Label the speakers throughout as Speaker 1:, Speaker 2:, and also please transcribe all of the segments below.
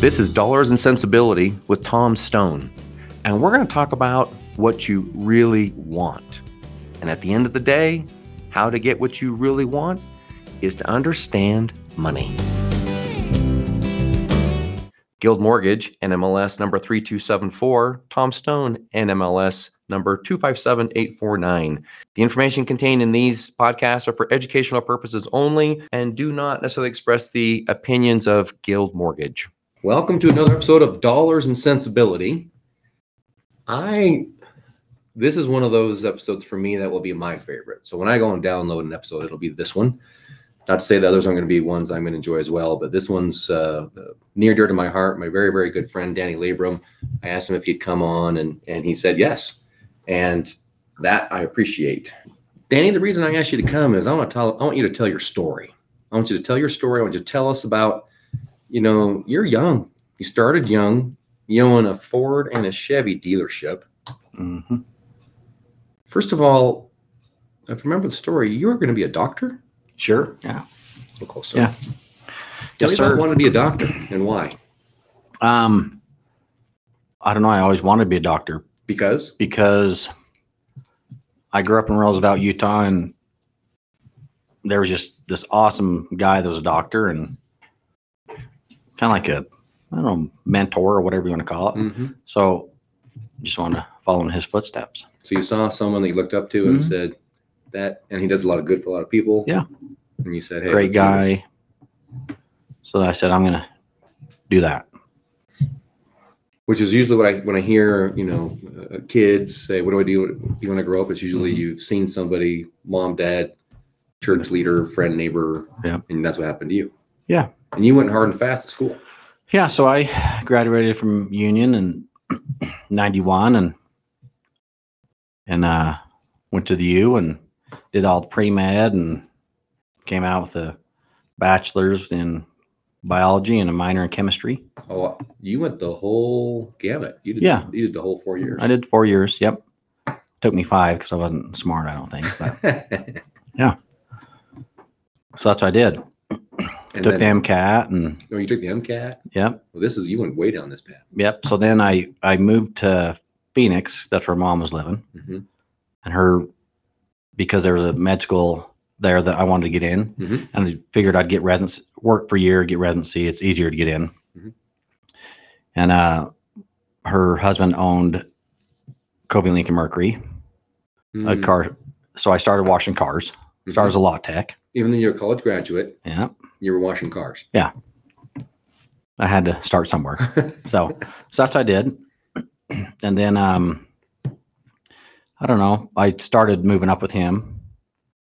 Speaker 1: This is Dollars and Sensibility with Tom Stone. And we're going to talk about what you really want. And at the end of the day, how to get what you really want is to understand money. Guild Mortgage, NMLS number 3274, Tom Stone, NMLS number 257849. The information contained in these podcasts are for educational purposes only and do not necessarily express the opinions of Guild Mortgage. Welcome to another episode of Dollars and Sensibility. I this is one of those episodes for me that will be my favorite. So when I go and download an episode, it'll be this one. Not to say the others aren't going to be ones I'm going to enjoy as well, but this one's uh, near dear to my heart. My very very good friend Danny Labrum. I asked him if he'd come on, and and he said yes, and that I appreciate. Danny, the reason I asked you to come is I want to tell I want you to tell your story. I want you to tell your story. I want you to tell us about, you know, you're young. You started young. You own a Ford and a Chevy dealership.
Speaker 2: Mm-hmm.
Speaker 1: First of all, if I remember the story, you were going to be a doctor.
Speaker 2: Sure. Yeah.
Speaker 1: A little closer.
Speaker 2: Yeah.
Speaker 1: Tell
Speaker 2: Yes,
Speaker 1: me about
Speaker 2: sir.
Speaker 1: wanting to be a doctor and why.
Speaker 2: Um, I don't know. I always wanted to be a doctor
Speaker 1: Because
Speaker 2: because I grew up in Roosevelt, Utah, and there was just this awesome guy that was a doctor and kind of like a, I don't know, mentor or whatever you want to call it.
Speaker 1: Mhm.
Speaker 2: So just wanted to follow in his footsteps.
Speaker 1: so you saw someone that you looked up to and
Speaker 2: Mhm.
Speaker 1: said that, and he does a lot of good for a lot of people.
Speaker 2: Yeah.
Speaker 1: And you said, "Hey, let's
Speaker 2: Great
Speaker 1: do this."
Speaker 2: guy. So I said, I'm going to do that.
Speaker 1: which is usually what I when I hear you know uh, kids say, "What do I do? You want to grow up?" It's usually
Speaker 2: Mhm.
Speaker 1: you've seen somebody, mom, dad, church leader, friend, neighbor,
Speaker 2: Yep.
Speaker 1: and that's what happened to you.
Speaker 2: Yeah.
Speaker 1: and you went hard and fast at school.
Speaker 2: Yeah, so I graduated from Union in '91, and and uh, went to the U and did all the pre med and came out with a bachelor's in biology and a minor in chemistry.
Speaker 1: Oh, you went the whole gamut. You did.
Speaker 2: Yeah.
Speaker 1: you did the whole four years.
Speaker 2: I did four years. Yep, took me five because I wasn't smart. I don't think, but
Speaker 1: and
Speaker 2: so that's what I did. took
Speaker 1: then,
Speaker 2: the MCAT and
Speaker 1: Oh, you took the MCAT.
Speaker 2: yep,
Speaker 1: Well, this is you went way down this path.
Speaker 2: yep. So then I I moved to Phoenix. That's where mom was living.
Speaker 1: Mm-hmm.
Speaker 2: and her because there was a med school there that I wanted to get in,
Speaker 1: Mhm.
Speaker 2: and I figured I'd get residency, work for a year, get residency. It's easier to get in.
Speaker 1: Mhm.
Speaker 2: And uh, her husband owned Kobe Lincoln Mercury,
Speaker 1: Mm.
Speaker 2: a car. So I started washing cars. So I was a lot tech.
Speaker 1: Mm-hmm. Even though you're a college graduate,
Speaker 2: Yeah,
Speaker 1: you were washing cars.
Speaker 2: I had to start somewhere. so, so that's what I did. And then, um, I don't know. I started moving up with him.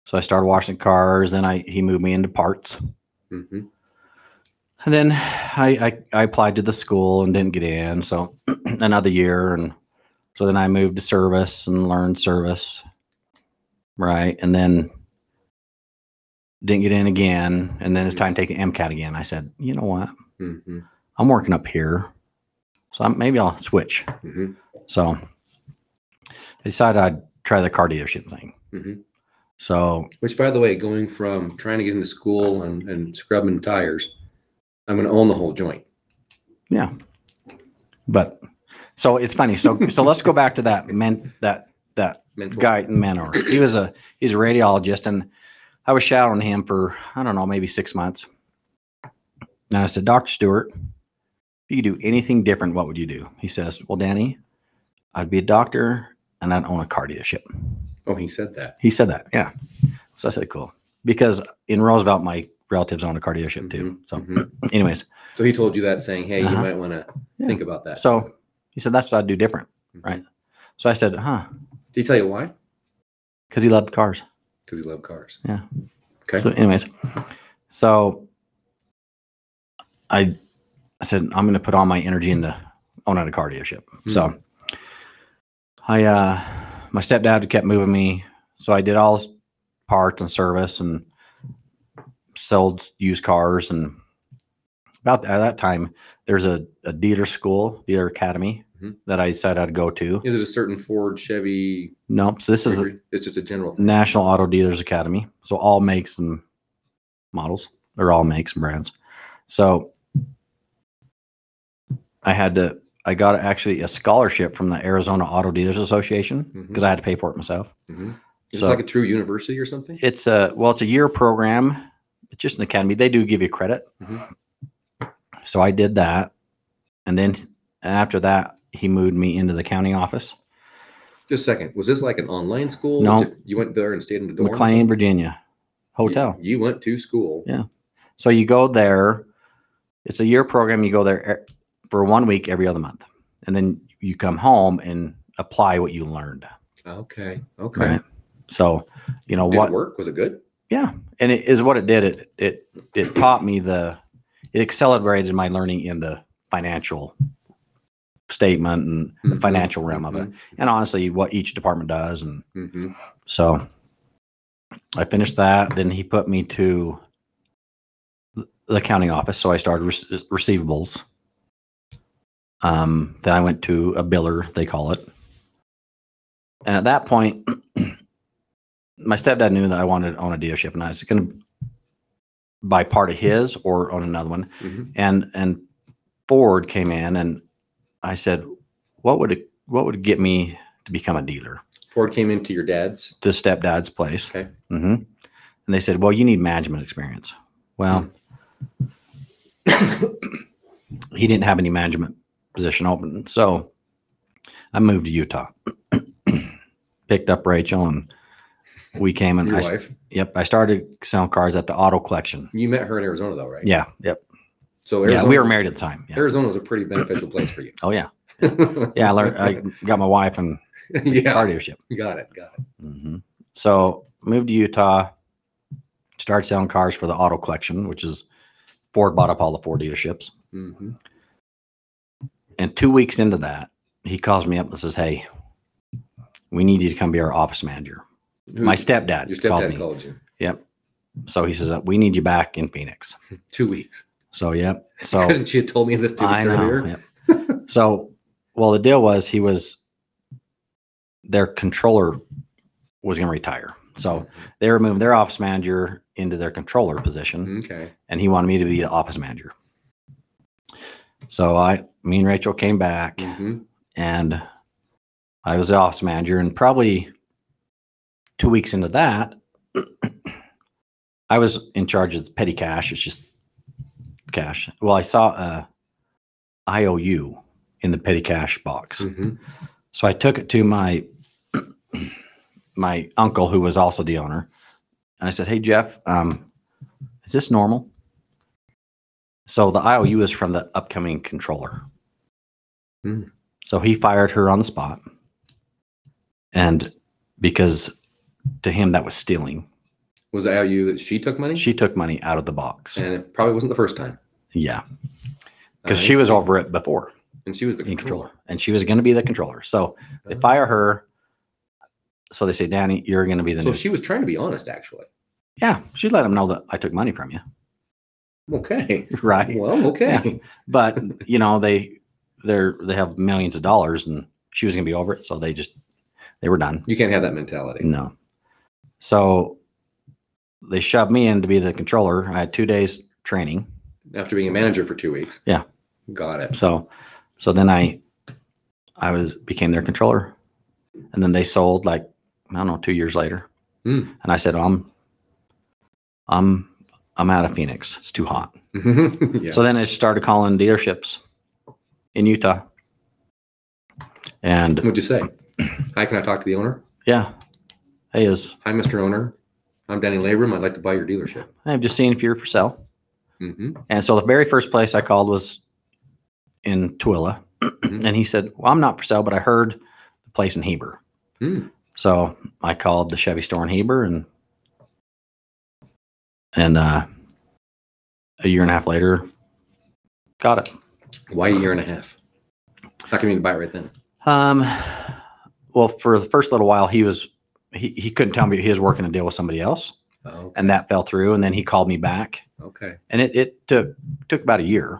Speaker 2: So I started washing cars. Then I he moved me into parts.
Speaker 1: hmm
Speaker 2: And then I, I I applied to the school and didn't get in. So another year, and so then I moved to service and learned service, right? And then didn't get in again. And then it's time to take the MCAT again. I said, you know what?
Speaker 1: hmm
Speaker 2: I'm working up here, so I'm, maybe I'll switch.
Speaker 1: hmm
Speaker 2: So I decided I'd try the car dealership thing.
Speaker 1: hmm
Speaker 2: So
Speaker 1: Which, by the way, going from trying to get into school and, and scrubbing tires, I'm going to own the whole joint.
Speaker 2: yeah, but so it's funny. So so let's go back to that men that that
Speaker 1: Mentor.
Speaker 2: guy mentor. He was a he's a radiologist, and I was shadowing him for I don't know maybe six months. And I said, Doctor Stewart, if you could do anything different, what would you do? He says, Well, Danny, I'd be a doctor and I'd own a car dealership.
Speaker 1: Oh, he said that.
Speaker 2: He said that, yeah. So I said, Cool, because in Roosevelt, my relatives own a car dealership too.
Speaker 1: Mhm,
Speaker 2: So,
Speaker 1: mhm.
Speaker 2: anyways,
Speaker 1: So he told you that, saying, "Hey, you
Speaker 2: Uh-huh.
Speaker 1: might want to
Speaker 2: Yeah.
Speaker 1: think about that."
Speaker 2: so he said that's what I'd do different,
Speaker 1: Mhm.
Speaker 2: right? So I said, Huh,
Speaker 1: Did he tell you why?
Speaker 2: because he loved cars.
Speaker 1: Because he loved cars.
Speaker 2: Yeah.
Speaker 1: Okay.
Speaker 2: So, anyways, so I I said I'm going to put all my energy into owning a car dealership. So I uh my stepdad kept moving me, so I did all this parts and service and sold used cars and about at that time there's a, a dealer school dealer academy
Speaker 1: Mhm.
Speaker 2: that i decided i'd go to
Speaker 1: Is it a certain Ford, Chevy?
Speaker 2: nope so this is a
Speaker 1: Mercury? It's just a general. thing.
Speaker 2: National Auto Dealers Academy. So all makes and models or all makes and brands. So I had to I got actually a scholarship from the Arizona Auto Dealers Association
Speaker 1: Mhm.
Speaker 2: because I had to pay for it myself.
Speaker 1: Mm-hmm. Is
Speaker 2: So-
Speaker 1: this like a true university or something?
Speaker 2: It's a well, it's a year program. It's just an academy. They do give you credit.
Speaker 1: Mhm.
Speaker 2: So I did that, and then after that, he moved me into the county office,
Speaker 1: Just a second. Was this like an online school?
Speaker 2: No.
Speaker 1: Did- You went there and stayed in the dorm?
Speaker 2: McLean, Virginia, hotel.
Speaker 1: You, you went to school.
Speaker 2: Yeah. So you go there. It's a year program. You go there e- for one week every other month, and then you come home and apply what you learned.
Speaker 1: Okay. Okay.
Speaker 2: Right. So, you know
Speaker 1: Did
Speaker 2: what
Speaker 1: it work? Was it good?
Speaker 2: yeah and it is what it did it it it taught me the it accelerated my learning in the financial statement and the
Speaker 1: Mhm.
Speaker 2: financial realm of it and honestly what each department does and
Speaker 1: Mm-hmm.
Speaker 2: so i finished that then he put me to the- the accounting office so i started rec- receivables um then i went to a biller they call it and at that point my stepdad knew that i wanted to own a dealership and i was going to buy part of his or own another one
Speaker 1: hmm
Speaker 2: and and Ford came in and I said, what would it what would get me to become a dealer
Speaker 1: Ford came into your dad's.
Speaker 2: to stepdad's place?
Speaker 1: Okay.
Speaker 2: hmm And they said, well, you need management experience. Well, he didn't have any management position open, so I moved to Utah, picked up Rachel, and we came and
Speaker 1: Your
Speaker 2: I,
Speaker 1: wife.
Speaker 2: yep, I started selling cars at the auto collection.
Speaker 1: You met her in Arizona, though, right?
Speaker 2: Yeah, yep,
Speaker 1: So
Speaker 2: yeah. We were
Speaker 1: was-
Speaker 2: married at the time. Yeah.
Speaker 1: Arizona was a pretty beneficial place for you.
Speaker 2: Oh yeah, yeah. I learned. I got my wife and
Speaker 1: yeah.
Speaker 2: car dealership.
Speaker 1: Got it. Got it.
Speaker 2: hmm So moved to Utah, started selling cars for the auto collection, which is Ford bought up all the Ford dealerships.
Speaker 1: hmm
Speaker 2: And two weeks into that, he calls me up and says, "Hey, we need you to come be our office manager." My stepdad,
Speaker 1: your
Speaker 2: called
Speaker 1: stepdad
Speaker 2: me.
Speaker 1: called you.
Speaker 2: Yep. So he says, "We need you back in Phoenix."
Speaker 1: Two weeks.
Speaker 2: So yep. So
Speaker 1: Couldn't you have told me this two weeks earlier?
Speaker 2: yep. so, well, the deal was he was their controller was going to retire, so
Speaker 1: Mm-hmm.
Speaker 2: they were moving their office manager into their controller position,
Speaker 1: Okay.
Speaker 2: and he wanted me to be the office manager. So I, me and Rachel came back,
Speaker 1: hmm
Speaker 2: and I was the office manager, and probably two weeks into that, I was in charge of petty cash. It's just cash. Well, I saw uh, a IOU in the petty cash box,
Speaker 1: hmm
Speaker 2: so I took it to my my uncle, who was also the owner, and I said, "Hey, Jeff, um, is this normal?" So the IOU is from the upcoming controller.
Speaker 1: Hmm.
Speaker 2: So he fired her on the spot, and because to him that was stealing,
Speaker 1: Was it how you that she took money?
Speaker 2: she took money out of the box.
Speaker 1: and it probably wasn't the first time.
Speaker 2: yeah, because
Speaker 1: I
Speaker 2: she was
Speaker 1: see.
Speaker 2: over it before.
Speaker 1: and she was Uh, the
Speaker 2: in controller, and she was going to be the controller. So they
Speaker 1: Oh.
Speaker 2: fire her. So they say, Danny, you're going to be the
Speaker 1: So
Speaker 2: new.
Speaker 1: she was trying to be honest, actually.
Speaker 2: yeah, she let them know that I took money from you,
Speaker 1: Okay.
Speaker 2: right?
Speaker 1: Well, okay.
Speaker 2: But you know they they're they have millions of dollars, and she was going to be over it. So they just they were done.
Speaker 1: You can't have that mentality.
Speaker 2: No. So they shoved me in to be the controller. I had two days training.
Speaker 1: After being a manager for two weeks.
Speaker 2: Mm. Yeah.
Speaker 1: Got it.
Speaker 2: So, so then I, I was became their controller, and then they sold like I don't know two years later,
Speaker 1: Hmm.
Speaker 2: and I said "Oh, I'm, I'm, I'm out of Phoenix. It's too hot.
Speaker 1: yeah.
Speaker 2: So then I started calling dealerships in Utah, and
Speaker 1: What'd you say? Hi, can I talk to the owner?
Speaker 2: yeah, hey is
Speaker 1: Hi, Mr. Owner. I'm Danny Labrum. I'd like to buy your dealership.
Speaker 2: I'm just seeing if you're for sale.
Speaker 1: hmm
Speaker 2: And so the very first place I called was in Twilla,
Speaker 1: Mm-hmm.
Speaker 2: and he said, "Well, I'm not for sale, but I heard the place in Heber."
Speaker 1: Hmm.
Speaker 2: So I called the Chevy store in Heber and and uh, a year and a half later got it.
Speaker 1: Why a year and a half? How come you didn't buy it right then?
Speaker 2: Um well for the first little while he was he, he couldn't tell me he was working a deal with somebody else
Speaker 1: Oh,
Speaker 2: and that fell through and then he called me back
Speaker 1: okay.
Speaker 2: and it, it took took about a year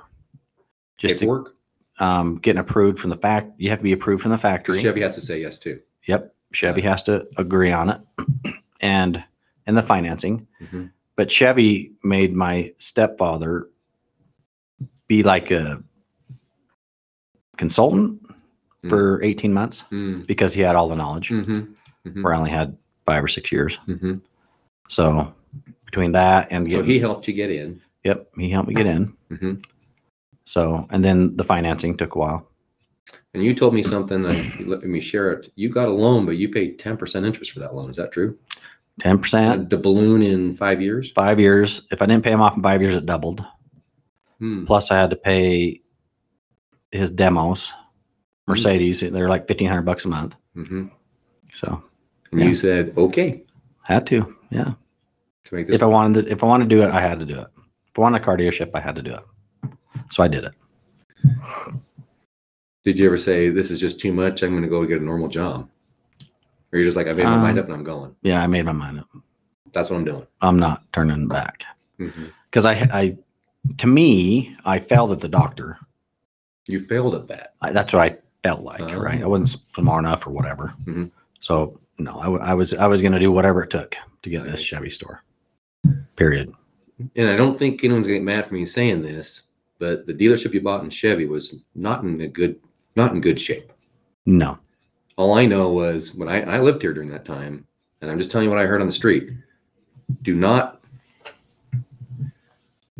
Speaker 2: just to,
Speaker 1: Paperwork?
Speaker 2: um, getting approved from the fact you have to be approved from the factory.
Speaker 1: Chevy has to say yes to.
Speaker 2: Yep. Chevy has to agree on it and and the financing.
Speaker 1: Mhm.
Speaker 2: But Chevy made my stepfather be like a consultant
Speaker 1: Hmm.
Speaker 2: for 18 months
Speaker 1: Mm.
Speaker 2: because he had all the knowledge
Speaker 1: Mhm. Mhm.
Speaker 2: where I only had five or six years.
Speaker 1: Mhm.
Speaker 2: So between that and
Speaker 1: So
Speaker 2: getting,
Speaker 1: he helped you get in.
Speaker 2: yep, he helped me get in.
Speaker 1: hmm
Speaker 2: So, and then the financing took a while.
Speaker 1: And you told me something. That, let me share it. You got a loan, but you paid ten percent interest for that loan. Is that true?
Speaker 2: 10%,
Speaker 1: The balloon in five years.
Speaker 2: five years. If I didn't pay him off in five years, it doubled.
Speaker 1: Mm-hmm. Hmm.
Speaker 2: Plus, I had to pay his demos,
Speaker 1: Hmm.
Speaker 2: Mercedes. They're like 1500 bucks a month.
Speaker 1: hmm
Speaker 2: So,
Speaker 1: And
Speaker 2: Yeah.
Speaker 1: you said okay
Speaker 2: had to. Yeah.
Speaker 1: to make this.
Speaker 2: If I wanted to, if I wanted to do it, I had to do it. If I wanted a car dealership, I had to do it. So I did it.
Speaker 1: Did you ever say this is just too much? I'm going to go get a normal job, or you're just like I made my mind up
Speaker 2: Um,
Speaker 1: and I'm going.
Speaker 2: Yeah. I made my mind up.
Speaker 1: That's what I'm doing.
Speaker 2: I'm not turning back.
Speaker 1: hmm
Speaker 2: because I, I, to me, I failed at the doctor.
Speaker 1: You failed at that.
Speaker 2: I, that's what I felt like,
Speaker 1: Oh.
Speaker 2: right? I wasn't smart enough or whatever.
Speaker 1: Mhm.
Speaker 2: So no, I, w- I was I was going to do whatever it took to get this
Speaker 1: Nice.
Speaker 2: Chevy store. Period.
Speaker 1: and I don't think anyone's gonna get mad for me saying this, but the dealership you bought in Chevy was not in a good not in good shape.
Speaker 2: No,
Speaker 1: All I know was when I, I lived here during that time, and I'm just telling you what I heard on the street. Do not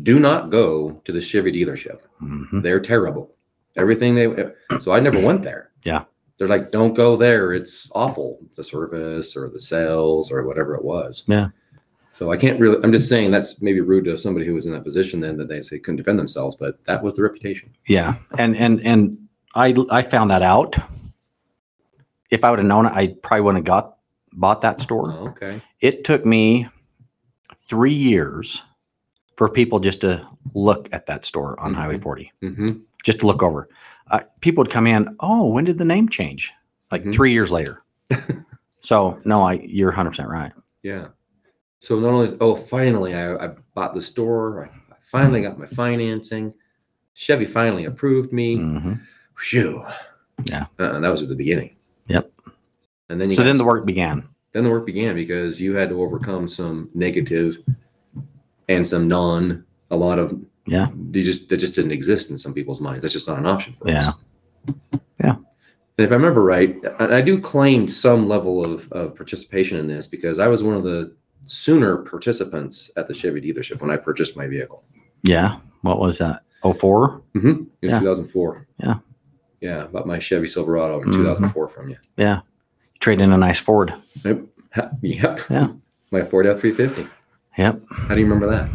Speaker 1: do not go to the Chevy dealership.
Speaker 2: hmm
Speaker 1: They're terrible. Everything they so I never went there.
Speaker 2: Yeah.
Speaker 1: They're like, don't go there. It's awful. The service or the sales or whatever it was.
Speaker 2: Yeah.
Speaker 1: So I can't really. I'm just saying that's maybe rude to somebody who was in that position then that they say couldn't defend themselves, but that was the reputation.
Speaker 2: yeah, and and and I I found that out. If I would have known it, I probably wouldn't have got bought that store.
Speaker 1: Oh, okay.
Speaker 2: It took me three years for people just to look at that store on
Speaker 1: Mhm.
Speaker 2: Highway 40.
Speaker 1: Mm-hmm.
Speaker 2: just to look over. Uh, people would come in. Oh, when did the name change? Like
Speaker 1: Mhm.
Speaker 2: three years later. so no, I you're 100 percent right.
Speaker 1: Yeah. So not only is oh finally I, I bought the store, I, I finally got my financing. Chevy finally approved me.
Speaker 2: hmm
Speaker 1: Phew.
Speaker 2: Yeah.
Speaker 1: Uh, that was at the beginning.
Speaker 2: Yep.
Speaker 1: And then you
Speaker 2: So
Speaker 1: got
Speaker 2: then the
Speaker 1: s-
Speaker 2: work began.
Speaker 1: then the work began because you had to overcome some negative and some non a lot of
Speaker 2: Yeah.
Speaker 1: they just that just didn't exist in some people's minds that's just not an option for
Speaker 2: Yeah.
Speaker 1: us
Speaker 2: Yeah.
Speaker 1: and if i remember right and i do claim some level of, of participation in this because i was one of the sooner participants at the chevy dealership when i purchased my vehicle
Speaker 2: Yeah. What was that? Oh four.
Speaker 1: mm-hmm. in
Speaker 2: Yeah.
Speaker 1: 2004
Speaker 2: Yeah.
Speaker 1: yeah bought my chevy silverado in
Speaker 2: Mhm.
Speaker 1: 2004 from you
Speaker 2: Yeah. Trade in a nice Ford.
Speaker 1: yep Ha- yep
Speaker 2: Yeah.
Speaker 1: my ford f350
Speaker 2: Yep.
Speaker 1: how do you remember that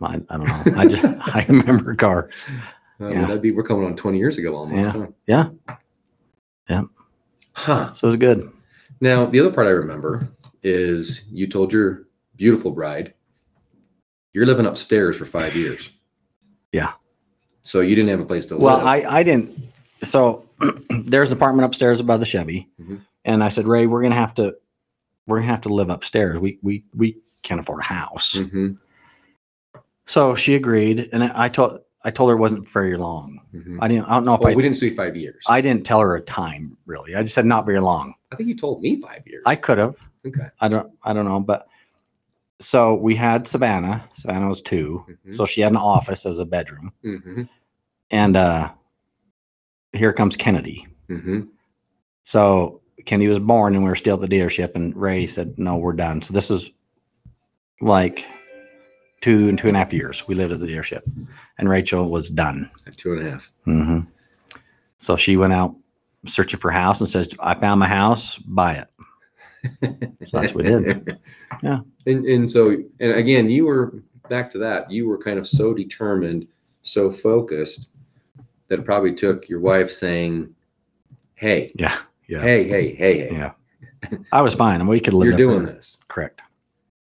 Speaker 2: I, I don't know. I just I remember cars.
Speaker 1: Uh,
Speaker 2: Yeah.
Speaker 1: well, that'd be we're coming on 20 years ago almost.
Speaker 2: Yeah.
Speaker 1: Huh?
Speaker 2: Yeah. Yeah.
Speaker 1: Huh.
Speaker 2: So it was good.
Speaker 1: Now the other part I remember is you told your beautiful bride you're living upstairs for five years.
Speaker 2: Yeah.
Speaker 1: So you didn't have a place to
Speaker 2: Well,
Speaker 1: live.
Speaker 2: I I didn't. So there's an apartment upstairs above the Chevy,
Speaker 1: Mhm.
Speaker 2: and I said, Ray, we're gonna have to we're gonna have to live upstairs. We we we can't afford a house.
Speaker 1: hmm
Speaker 2: So she agreed, and I I told I told her it wasn't very long.
Speaker 1: hmm
Speaker 2: I didn't. I don't know if
Speaker 1: Well,
Speaker 2: I
Speaker 1: we didn't see five years. I,
Speaker 2: I didn't tell her a time really. I just said not very long.
Speaker 1: think you told me five years.
Speaker 2: I could have.
Speaker 1: okay.
Speaker 2: I don't. I don't know. But so we had Savannah. Savannah was 2
Speaker 1: hmm
Speaker 2: so she had an office as a bedroom.
Speaker 1: hmm
Speaker 2: And uh here comes Kennedy.
Speaker 1: hmm
Speaker 2: So Kennedy was born, and we were still at the dealership. And Ray said, "No, we're done." So this is like two and two and a half years we lived at the dealership, and Rachel was done.
Speaker 1: Two and a half.
Speaker 2: hmm So she went out searching for a house and says, I found my house, buy it. So that's what we did. Yeah.
Speaker 1: And and so and again, you were back to that. You were kind of so determined, so focused that it probably took your wife saying, "Hey,
Speaker 2: Yeah. Yeah.
Speaker 1: hey, hey, hey, hey,
Speaker 2: Yeah. I was fine. We could live.
Speaker 1: you're
Speaker 2: there
Speaker 1: doing
Speaker 2: forever.
Speaker 1: this."
Speaker 2: Correct.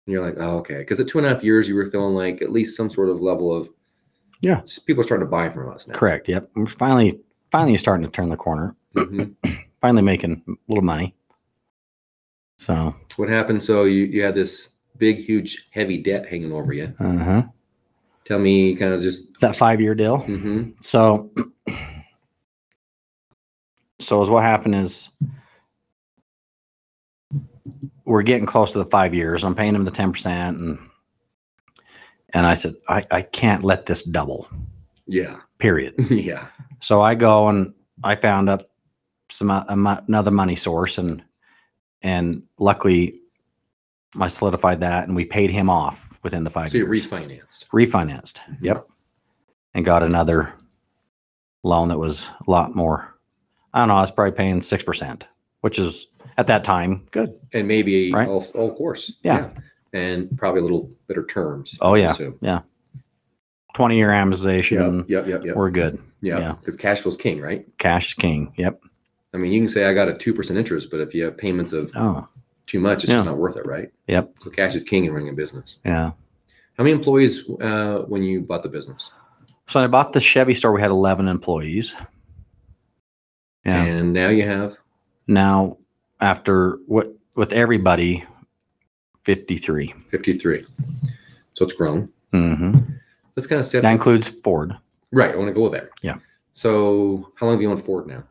Speaker 1: And you're like, "Oh, okay." Because at two and a half years, you were feeling like at least some sort of level of,
Speaker 2: Yeah.
Speaker 1: s- people are starting to buy from us now.
Speaker 2: Correct. Yep. We're finally, finally starting to turn the corner,
Speaker 1: Mhm.
Speaker 2: finally making a little money. So,
Speaker 1: What happened? So you you had this big, huge, heavy debt hanging over you.
Speaker 2: uh-huh.
Speaker 1: Tell me, kind of just.
Speaker 2: that five year deal.
Speaker 1: mhm,
Speaker 2: So, so is what happened is we're getting close to the five years. I'm paying him the ten percent, and and I said I I can't let this double.
Speaker 1: Yeah.
Speaker 2: Period.
Speaker 1: yeah.
Speaker 2: So I go and I found up some uh, um, another money source, and and luckily, I solidified that, and we paid him off within the five
Speaker 1: So you Mm-hmm.
Speaker 2: years.
Speaker 1: refinanced.
Speaker 2: refinanced. Yep, and got another loan that was a lot more. I don't know. I was probably paying six percent, which is at that time good.
Speaker 1: And maybe
Speaker 2: Right.
Speaker 1: all, all course.
Speaker 2: Yeah.
Speaker 1: And probably a little better terms.
Speaker 2: Oh, yeah.
Speaker 1: So,
Speaker 2: Twenty year
Speaker 1: yep,
Speaker 2: amortization.
Speaker 1: yep, yep, yep.
Speaker 2: We're good.
Speaker 1: Yeah.
Speaker 2: yeah.
Speaker 1: Because cash flow's king, right?
Speaker 2: Cash is king. Yep.
Speaker 1: I mean, you can say I got a 2% interest, but if you have payments of
Speaker 2: Oh.
Speaker 1: too much, it's just
Speaker 2: Yeah.
Speaker 1: not worth it, right?
Speaker 2: Yep.
Speaker 1: So cash is king in running a business.
Speaker 2: Yeah.
Speaker 1: How many employees uh, when you bought the business?
Speaker 2: So I bought the Chevy store. We had 11 employees. Yeah.
Speaker 1: And now you have
Speaker 2: now, after what with everybody, 53.
Speaker 1: 53. So it's grown.
Speaker 2: hmm
Speaker 1: That's kind of stuff.
Speaker 2: That includes Ford.
Speaker 1: Right. I want to go there.
Speaker 2: Yeah.
Speaker 1: So how long have you owned Ford now?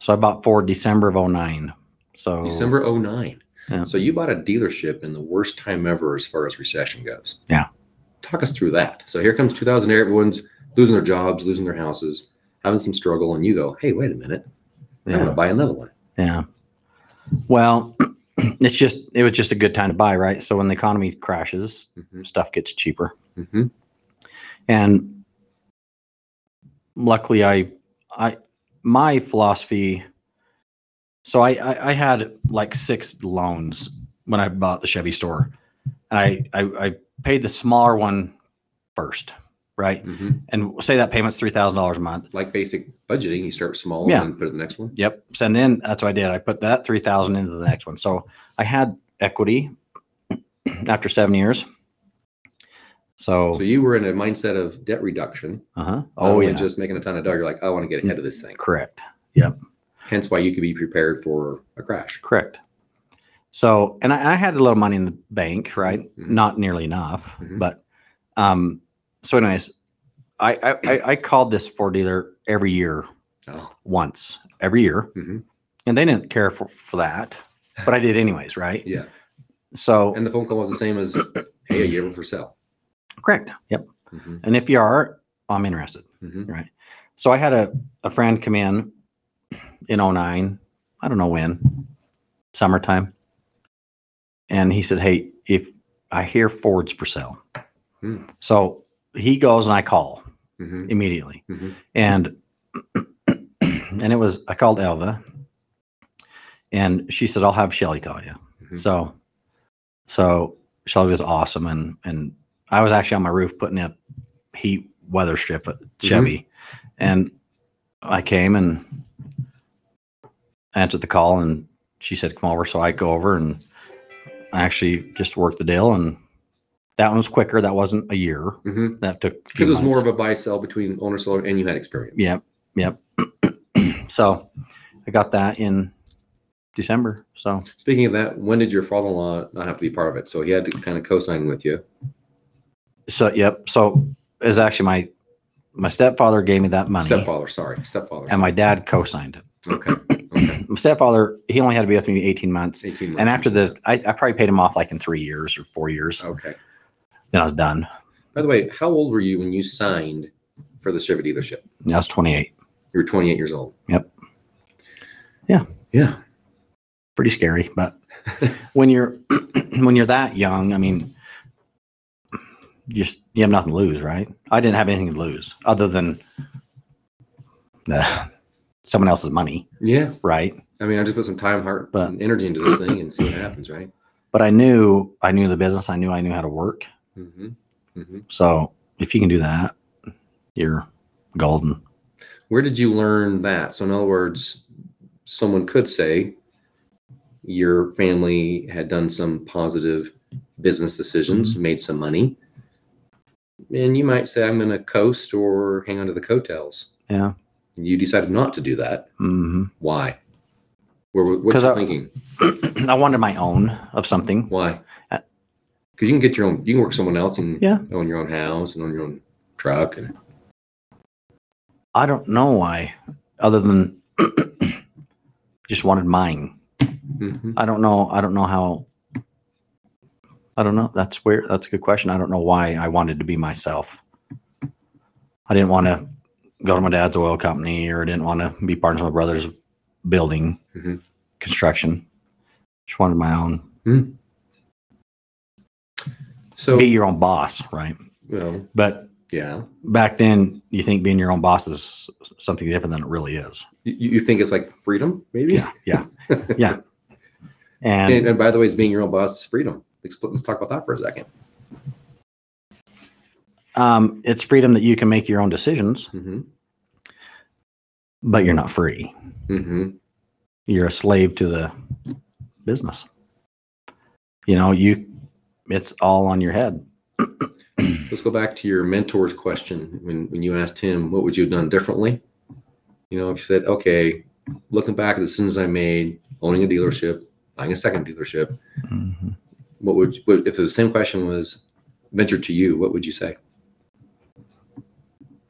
Speaker 2: So I bought Ford December of 09. So
Speaker 1: December 09.
Speaker 2: Oh. Yeah.
Speaker 1: So you bought a dealership in the worst time ever as far as recession goes.
Speaker 2: Yeah.
Speaker 1: Talk us through that. So here comes 2008. Everyone's losing their jobs, losing their houses, having some struggle. And you go, hey, wait a minute. I want to
Speaker 2: yeah,
Speaker 1: buy another one.
Speaker 2: yeah. Well, it's just it was just a good time to buy, right? So when the economy crashes,
Speaker 1: Mm-hmm.
Speaker 2: stuff gets cheaper.
Speaker 1: Mm-hmm.
Speaker 2: and luckily i i my philosophy so I, I i had like six loans when i bought the chevy store and i i, I paid the smaller one first right
Speaker 1: Mm-hmm.
Speaker 2: and say that payment's $3000 a month
Speaker 1: Like basic budgeting, you start small
Speaker 2: Yeah.
Speaker 1: and then put it in the next one.
Speaker 2: yep so, and then that's what i did i put that 3000 into the next one so i had equity after seven years so,
Speaker 1: So you were in a mindset of debt reduction.
Speaker 2: uh-huh
Speaker 1: not
Speaker 2: oh
Speaker 1: only
Speaker 2: yeah
Speaker 1: just making a ton of dough. You're like, I want to get ahead of this thing.
Speaker 2: correct
Speaker 1: Hence why you could be prepared for a crash.
Speaker 2: Correct. So, and I, I had a little money in the bank, right?
Speaker 1: Mhm.
Speaker 2: Not nearly enough,
Speaker 1: Mhm.
Speaker 2: but um, so anyways, I, I I- I called this Ford dealer every year
Speaker 1: Oh,
Speaker 2: once every year,
Speaker 1: Mhm.
Speaker 2: and they didn't care for, for that, but I did anyways, right?
Speaker 1: yeah.
Speaker 2: So
Speaker 1: And the phone call was the same as, hey, are you ever for sale?
Speaker 2: correct, yep.
Speaker 1: Mhm,
Speaker 2: And if you are, I'm interested.
Speaker 1: mhm.
Speaker 2: Right. So I had a, a friend come in in 09, I don't know when, summertime. And he said, Hey, if I hear Ford's for sale.
Speaker 1: Hmm.
Speaker 2: So he goes and I call
Speaker 1: Mhm,
Speaker 2: immediately.
Speaker 1: mhm.
Speaker 2: And and it was I called Elva and she said, I'll have Shelly call you.
Speaker 1: Mhm.
Speaker 2: So so Shelly was awesome and and I was actually on my roof putting up heat weather strip at
Speaker 1: Mm-hmm.
Speaker 2: Chevy. And I came and answered the call and she said come over. So I go over and I actually just worked the deal and that one was quicker. That wasn't a year.
Speaker 1: Mhm.
Speaker 2: That took a few
Speaker 1: Because it was more
Speaker 2: months.
Speaker 1: of a buy sell between owner seller and you had experience.
Speaker 2: Yep, yep. so I got that in December. So
Speaker 1: Speaking of that, when did your father in law not have to be part of it? So he had to kind of co sign with you.
Speaker 2: so yep. So it was actually my my stepfather gave me that money,
Speaker 1: Stepfather, sorry. Stepfather.
Speaker 2: and my dad co-signed it.
Speaker 1: okay. Okay.
Speaker 2: My stepfather he only had to be with me eighteen months,
Speaker 1: It's 18 months.
Speaker 2: and after the I, I probably paid him off like in three years or four years.
Speaker 1: Okay.
Speaker 2: Then I was done.
Speaker 1: By the way, how old were you when you signed for the Chevy dealership?
Speaker 2: And I was twenty eight.
Speaker 1: You were 28 years old.
Speaker 2: Yep. Yeah.
Speaker 1: Yeah.
Speaker 2: Pretty scary, but when you're when you're that young, I mean, just you have nothing to lose, right? I didn't have anything to lose other than the, someone else's money,
Speaker 1: Yeah.
Speaker 2: right?
Speaker 1: I mean, I just put some time, heart,
Speaker 2: But-
Speaker 1: and energy into this thing and see what happens, right?
Speaker 2: But I knew I knew the business. I knew I knew how to work.
Speaker 1: Mm-hmm. Mm-hmm.
Speaker 2: So if you can do that, you're golden.
Speaker 1: Where did you learn that? So, in other words, someone could say your family had done some positive business decisions,
Speaker 2: Mm-hmm.
Speaker 1: made some money, and you might say, "I'm going to coast or hang on to the coattails."
Speaker 2: Yeah.
Speaker 1: You decided not to do that.
Speaker 2: hmm
Speaker 1: Why? Where? What's
Speaker 2: 'Cause
Speaker 1: your
Speaker 2: I-
Speaker 1: thinking?
Speaker 2: I wanted my own of something.
Speaker 1: Why?
Speaker 2: I-
Speaker 1: Because you can get your own. You can work with someone else and
Speaker 2: Yeah.
Speaker 1: own your own house and own your own truck and
Speaker 2: I don't know why, other than just wanted mine.
Speaker 1: Mhm.
Speaker 2: I don't know. I don't know how. I don't know. That's weird. That's a good question. I don't know why I wanted to be myself. I didn't want to go to my dad's oil company or didn't want to be part of my brother's building
Speaker 1: Mhm.
Speaker 2: construction. Just wanted my own.
Speaker 1: So,
Speaker 2: be your own boss, right?
Speaker 1: well,
Speaker 2: But
Speaker 1: yeah.
Speaker 2: back then, you think being your own boss is something different than it really is.
Speaker 1: You, you think it's like freedom, maybe?
Speaker 2: Yeah, yeah, yeah.
Speaker 1: And,
Speaker 2: And
Speaker 1: and by the way, is being your own boss is freedom. Let's, let's talk about that for a second.
Speaker 2: um, it's freedom that you can make your own decisions,
Speaker 1: Mm-hmm.
Speaker 2: but you're not free.
Speaker 1: Mm-hmm.
Speaker 2: you're a slave to the business. You know, you it's all on your head.
Speaker 1: Let's go back to your mentor's question. When when you asked him, what would you have done differently? You know, if you said, okay, looking back at the decisions I made, owning a dealership, buying a second dealership, Mm-hmm. what would what, if the same question was ventured to you, what would you say?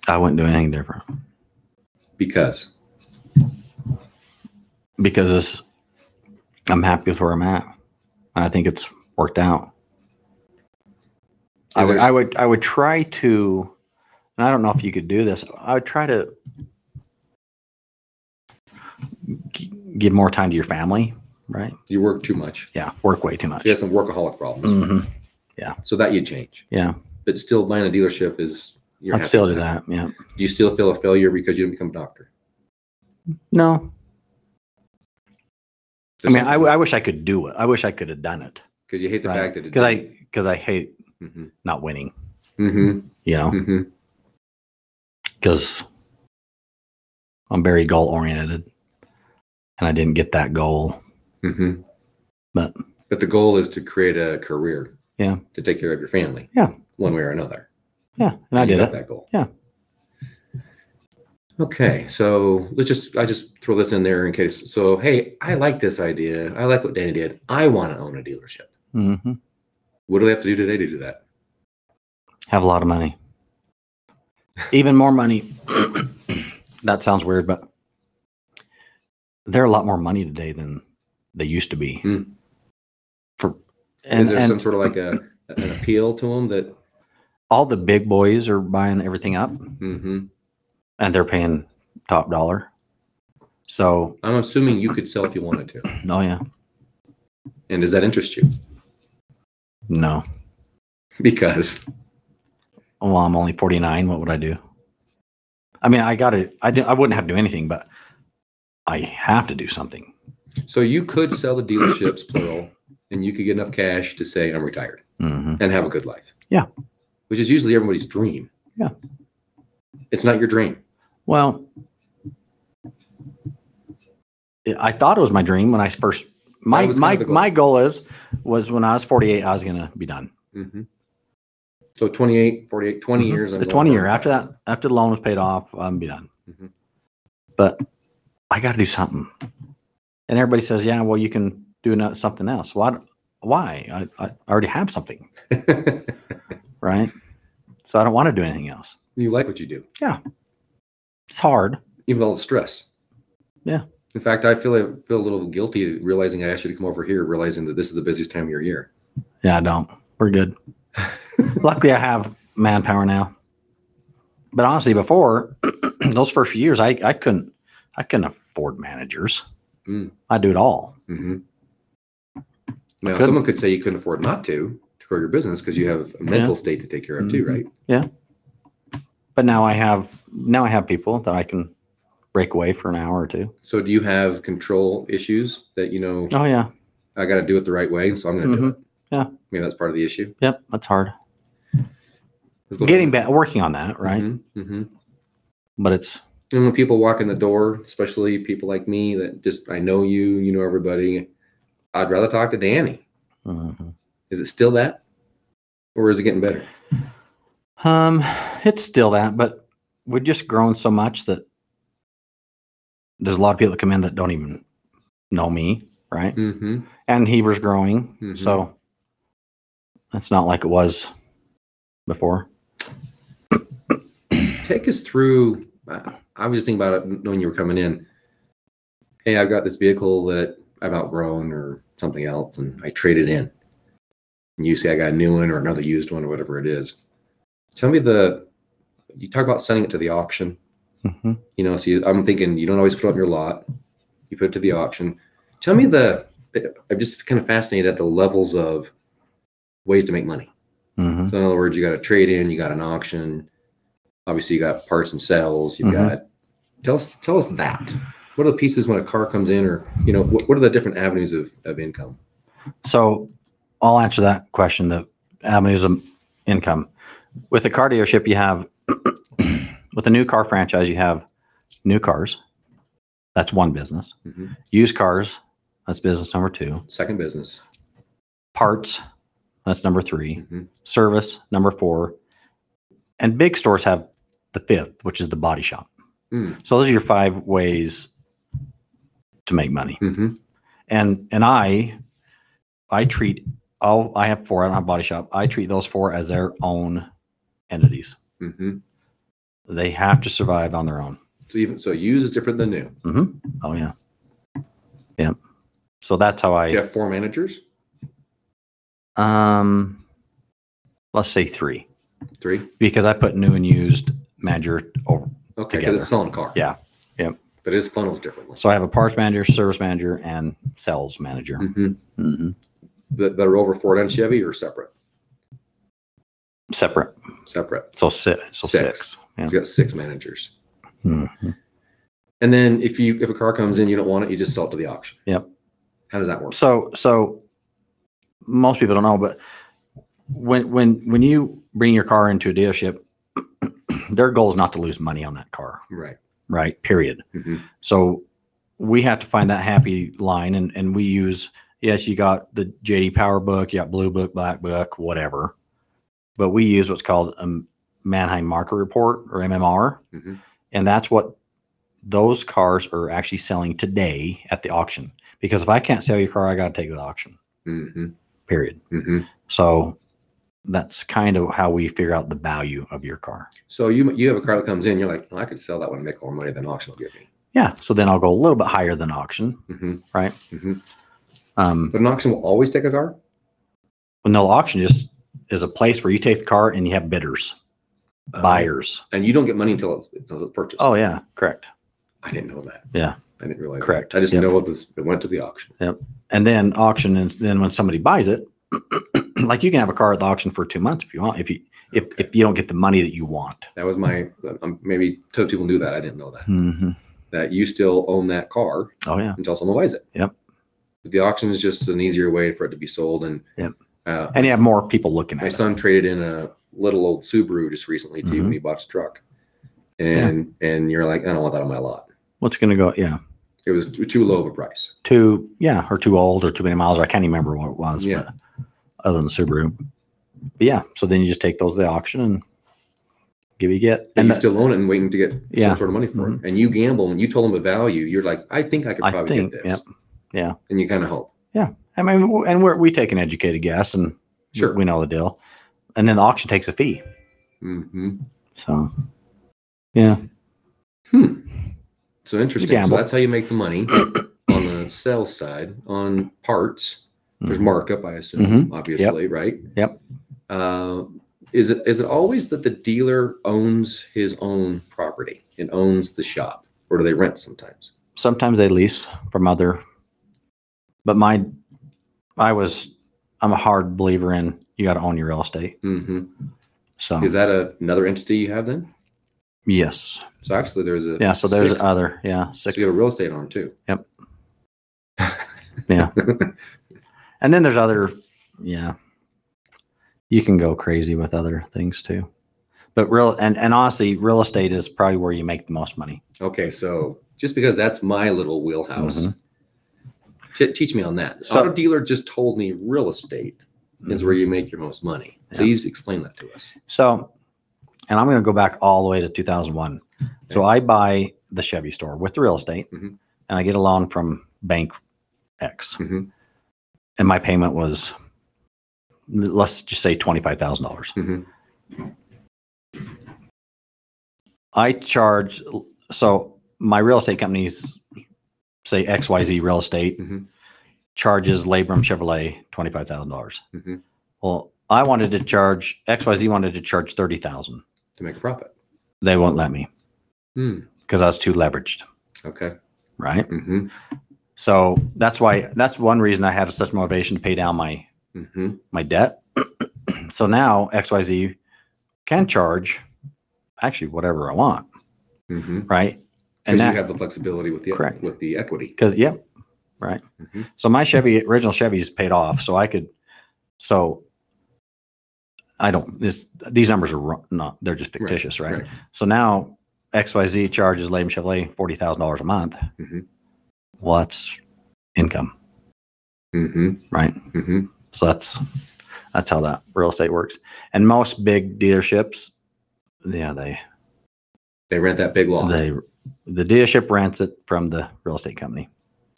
Speaker 2: I wouldn't do anything different
Speaker 1: Because
Speaker 2: because it's, I'm happy with where I'm at. And I think it's worked out. I
Speaker 1: Is
Speaker 2: would,
Speaker 1: there-
Speaker 2: I would I would try to and I don't know if you could do this. I would try to g- give more time to your family, right?
Speaker 1: you work too much.
Speaker 2: Yeah, work way too much.
Speaker 1: You have some workaholic problems,
Speaker 2: hmm
Speaker 1: so that you change.
Speaker 2: Yeah,
Speaker 1: But still, buying a dealership is you're
Speaker 2: I'd
Speaker 1: happy
Speaker 2: still do
Speaker 1: with
Speaker 2: that. Yeah.
Speaker 1: Do you still feel a failure because you didn't become a doctor?
Speaker 2: No, I
Speaker 1: There's
Speaker 2: mean,
Speaker 1: something-
Speaker 2: I, w- I wish I could do it. I wish I could have done it.
Speaker 1: because you hate the fact that it
Speaker 2: Because I because I hate
Speaker 1: hmm
Speaker 2: not winning.
Speaker 1: hmm
Speaker 2: You know,
Speaker 1: hmm
Speaker 2: because I'm very goal oriented, and I didn't get that goal.
Speaker 1: hmm
Speaker 2: But-
Speaker 1: but the goal is to create a career.
Speaker 2: Yeah.
Speaker 1: To take care of your family.
Speaker 2: Yeah.
Speaker 1: One way or another.
Speaker 2: Yeah, and I
Speaker 1: You
Speaker 2: did
Speaker 1: got
Speaker 2: it.
Speaker 1: That goal.
Speaker 2: Yeah.
Speaker 1: Okay, so let's just I just throw this in there in case. So hey, I like this idea. I like what Danny did. I want to own a dealership.
Speaker 2: hmm
Speaker 1: What do they have to do today to do that?
Speaker 2: Have a lot of money, even more money. that sounds weird, but they're a lot more money today than they used to be.
Speaker 1: Hmm.
Speaker 2: For
Speaker 1: Is
Speaker 2: and,
Speaker 1: there
Speaker 2: and
Speaker 1: some sort of like a an appeal to them that?
Speaker 2: all the big boys are buying everything up.
Speaker 1: hmm
Speaker 2: and they're paying top dollar. So,
Speaker 1: I'm assuming you could sell if you wanted to.
Speaker 2: oh yeah,
Speaker 1: And does that interest you?
Speaker 2: no.
Speaker 1: Because
Speaker 2: Well, I'm only 49. What would I do? I mean, I got to. I do, I wouldn't have to do anything, but I have to do something.
Speaker 1: so you could sell the dealerships plural, and you could get enough cash to say I'm retired.
Speaker 2: hmm
Speaker 1: and have a good life.
Speaker 2: Yeah.
Speaker 1: Which is usually everybody's dream.
Speaker 2: Yeah.
Speaker 1: It's not your dream.
Speaker 2: Well, I- I thought it was my dream when I first. My
Speaker 1: That was kind
Speaker 2: my
Speaker 1: of the goal.
Speaker 2: my goal is was when I was 48, I was gonna be done.
Speaker 1: So 28, 48, 20
Speaker 2: Mhm.
Speaker 1: years. I'm
Speaker 2: The
Speaker 1: going
Speaker 2: 20 year
Speaker 1: for
Speaker 2: after
Speaker 1: advice.
Speaker 2: that, after the loan was paid off, I'm be done.
Speaker 1: Mhm.
Speaker 2: But I got to do something. And everybody says, yeah, well, you can do no- something else. Why? Why? I, I already have something, right? So I don't want to do anything else.
Speaker 1: you like what you do,
Speaker 2: It's hard.
Speaker 1: even though it's stress.
Speaker 2: Yeah.
Speaker 1: In fact, I feel I feel a little guilty realizing I asked you to come over here, realizing that this is the busiest time of your year.
Speaker 2: Yeah, I don't. We're good. Luckily, I have manpower now. But honestly, before those first few years, I, I couldn't I couldn't afford managers.
Speaker 1: Mm.
Speaker 2: I do it all.
Speaker 1: Mm-hmm. Now,
Speaker 2: couldn't.
Speaker 1: someone could say you couldn't afford not to to grow your business because you have a mental state to take care of too,
Speaker 2: Mhm.
Speaker 1: right?
Speaker 2: but now I have now I have people that I can break away for an hour or two.
Speaker 1: So, do you have control issues that you know
Speaker 2: Oh yeah,
Speaker 1: I got to do it the right way, so I'm going to
Speaker 2: Mm-hmm.
Speaker 1: do it.
Speaker 2: Yeah.
Speaker 1: maybe that's part of the issue.
Speaker 2: yep, that's hard.
Speaker 1: Let's go
Speaker 2: Getting
Speaker 1: back,
Speaker 2: back, working on that, right?
Speaker 1: Mm-hmm,
Speaker 2: But it's
Speaker 1: And when people walk in the door, especially people like me that just I know you, you know everybody. I'd rather talk to Danny.
Speaker 2: mhm.
Speaker 1: Is it still that, or is it getting better?
Speaker 2: um, it's still that, but we've just grown so much that there's a lot of people that come in that don't even know me, right?
Speaker 1: Mm-hmm.
Speaker 2: And he was growing,
Speaker 1: Mhm.
Speaker 2: so that's not like it was before.
Speaker 1: Take us through. I, I was just thinking about it knowing you were coming in. Hey, I've got this vehicle that I've outgrown or something else, and I traded in. And you say I got a new one or another used one or whatever it is. Tell me the. You talk about sending it to the auction.
Speaker 2: Mhm.
Speaker 1: You know, so you, I'm thinking you don't always put it on your lot. You put it to the auction. Tell me the. I'm just kind of fascinated at the levels of ways to make money.
Speaker 2: Mhm.
Speaker 1: So in other words, you got a trade in, you got an auction. Obviously, you got parts and sales. You've
Speaker 2: Mhm.
Speaker 1: got. Tell us, tell us that. What are the pieces when a car comes in, or you know, what, what are the different avenues of, of income?
Speaker 2: So I'll answer that question the avenues of income. With a car dealership, you have, with a new car franchise, you have new cars. That's one business.
Speaker 1: Mhm.
Speaker 2: Used cars, that's business number two.
Speaker 1: Second business.
Speaker 2: Parts, that's number three.
Speaker 1: Mhm.
Speaker 2: Service, number four. And big stores have the fifth, which is the body shop.
Speaker 1: Mm.
Speaker 2: So those are your five ways to make money.
Speaker 1: Mhm.
Speaker 2: and and I I treat all I have four. I don't have body shop. I treat those four as their own entities.
Speaker 1: Mhm.
Speaker 2: They have to survive on their own.
Speaker 1: So even so, used is different than new.
Speaker 2: Oh yeah, yeah. So that's how
Speaker 1: Do you
Speaker 2: I
Speaker 1: have four managers?
Speaker 2: um let's say three
Speaker 1: Three.
Speaker 2: because I put new and used manager over.
Speaker 1: Okay, because
Speaker 2: Together.
Speaker 1: it's selling a car.
Speaker 2: Yeah. Yep.
Speaker 1: But his funnels differently.
Speaker 2: So I have a parts manager, service manager, and sales manager.
Speaker 1: Mm-hmm.
Speaker 2: hmm
Speaker 1: That, that are over Ford and Chevy or separate?
Speaker 2: Separate.
Speaker 1: Separate.
Speaker 2: So six. So
Speaker 1: Six.
Speaker 2: six. Yeah.
Speaker 1: He's got six managers.
Speaker 2: Mhm.
Speaker 1: And then if you if a car comes in, you don't want it, you just sell it to the auction.
Speaker 2: Yep.
Speaker 1: How does that work?
Speaker 2: So so most people don't know, but when when when you bring your car into a dealership, their goal is not to lose money on that car,
Speaker 1: Right.
Speaker 2: right? Period.
Speaker 1: Mhm.
Speaker 2: So we have to find that happy line and and we use yes, you got the JD Power book, you got blue book, black book, whatever. But we use what's called a Mannheim market report or MMR.
Speaker 1: Mhm.
Speaker 2: And that's what those cars are actually selling today at the auction. Because if I can't sell your car, I got to take it to the auction,
Speaker 1: Mm-hmm.
Speaker 2: period.
Speaker 1: Mm-hmm.
Speaker 2: So that's kind of how we figure out the value of your car.
Speaker 1: So you you have a car that comes in, you're like, well, I could sell that one and make more money than auction will give me.
Speaker 2: Yeah. So then I'll go a little bit higher than auction.
Speaker 1: Mm-hmm.
Speaker 2: Right.
Speaker 1: Mm-hmm.
Speaker 2: Um,
Speaker 1: But an auction will always take a car.
Speaker 2: Well, no, auction just is a place where you take the car and you have bidders, buyers.
Speaker 1: And you don't get money until it's, until it's purchased.
Speaker 2: Uh, Oh yeah, correct.
Speaker 1: I didn't know that.
Speaker 2: Yeah.
Speaker 1: I didn't realize. that.
Speaker 2: Correct.
Speaker 1: I just
Speaker 2: Yep.
Speaker 1: know it, was, it went to the auction.
Speaker 2: And then auction, and then when somebody buys it, like you can have a car at the auction for two months if you want. If you if
Speaker 1: Okay.
Speaker 2: if you don't get the money that you want,
Speaker 1: That was my um, maybe two people knew that. I didn't know that.
Speaker 2: mm-hmm.
Speaker 1: That you still own that car
Speaker 2: oh yeah,
Speaker 1: until someone buys it.
Speaker 2: Yep.
Speaker 1: But the auction is just an easier way for it to be sold. And
Speaker 2: Yep.
Speaker 1: uh,
Speaker 2: and you have more people looking
Speaker 1: my
Speaker 2: at
Speaker 1: son traded in a little old Subaru just recently too when
Speaker 2: Mhm.
Speaker 1: he bought his truck. And and you're like, I don't want that on my lot.
Speaker 2: it. What's going to go? Yeah,
Speaker 1: It was too too low of a price.
Speaker 2: too yeah, or too old, or too many miles. I can't even remember what it was.
Speaker 1: Yeah.
Speaker 2: But other than the Subaru, but yeah. So then you just take those to the auction and give you get.
Speaker 1: And
Speaker 2: And
Speaker 1: you
Speaker 2: that-
Speaker 1: still own it and waiting to get
Speaker 2: Yeah. Mm-hmm.
Speaker 1: some sort of money for it. And you gamble and you told him a value. You're like, I think I could
Speaker 2: I
Speaker 1: probably
Speaker 2: think
Speaker 1: get
Speaker 2: yep.
Speaker 1: this.
Speaker 2: Yeah.
Speaker 1: And you kind of hope.
Speaker 2: I mean, w- and we're, we take an educated guess, and
Speaker 1: Sure.
Speaker 2: we know the deal. And then the auction takes a fee.
Speaker 1: hmm
Speaker 2: So, yeah,
Speaker 1: So interesting. So
Speaker 2: gamble.
Speaker 1: that's how you make the money on the sales side. On parts, there's
Speaker 2: Mhm.
Speaker 1: markup, I assume, obviously, right?
Speaker 2: Mm-hmm. Yep.
Speaker 1: Uh, is it is it always that the dealer owns his own property and owns the shop, or do they rent sometimes?
Speaker 2: sometimes they lease from other. But my, I was, I'm a hard believer in you got to own your real estate.
Speaker 1: hmm
Speaker 2: So
Speaker 1: Is that a, another entity you have then?
Speaker 2: yes,
Speaker 1: So actually, there's a
Speaker 2: yeah. So there's
Speaker 1: sixth.
Speaker 2: other, yeah,
Speaker 1: So
Speaker 2: six,
Speaker 1: you have a real estate arm too.
Speaker 2: Yep. Yeah. and then there's other, yeah. You can go crazy with other things too, but real and and honestly, real estate is probably where you make the most money.
Speaker 1: okay. So just because that's my little wheelhouse, t- teach me on that.
Speaker 2: Mm-hmm. So- Mm-hmm.
Speaker 1: Auto dealer just told me real estate. is where you make your most money.
Speaker 2: Yeah.
Speaker 1: Please explain that to us.
Speaker 2: So, and I'm going to go back all the way to 2001. So I buy the Chevy store with the real estate,
Speaker 1: Mhm.
Speaker 2: and I get a loan from Bank X,
Speaker 1: Mhm.
Speaker 2: and my payment was, let's just say twenty five thousand dollars.
Speaker 1: Mhm.
Speaker 2: I charge so my real estate companies say XYZ real estate
Speaker 1: Mhm.
Speaker 2: charges Labrum Chevrolet twenty five thousand dollars.
Speaker 1: Mhm.
Speaker 2: Well, I wanted to charge XYZ wanted to charge thirty thousand.
Speaker 1: To make a profit.
Speaker 2: They won't let me.
Speaker 1: Hmm.
Speaker 2: because I was too leveraged,
Speaker 1: Okay.
Speaker 2: right?
Speaker 1: Mm-hmm.
Speaker 2: So that's why that's one reason I had such motivation to pay down my
Speaker 1: Mm-hmm.
Speaker 2: my debt. so now XYZ can charge actually whatever I want,
Speaker 1: Mm-hmm.
Speaker 2: right?
Speaker 1: Because
Speaker 2: And
Speaker 1: you
Speaker 2: that
Speaker 1: have the flexibility with the e,
Speaker 2: Correct.
Speaker 1: with the equity.
Speaker 2: because yep, right.
Speaker 1: Mhm.
Speaker 2: So my Chevy original Chevy's paid off, so I could. So I don't. This these numbers are ru- not. They're just fictitious, right?
Speaker 1: right.
Speaker 2: So now XYZ charges Lame Chevrolet forty thousand dollars a month.
Speaker 1: Mhm.
Speaker 2: Well, that's income,
Speaker 1: Mm-hmm.
Speaker 2: right?
Speaker 1: Mm-hmm.
Speaker 2: So that's that's how that real estate works. And most big dealerships, yeah, they
Speaker 1: They rent that big lot
Speaker 2: they the dealership rents it from the real estate company.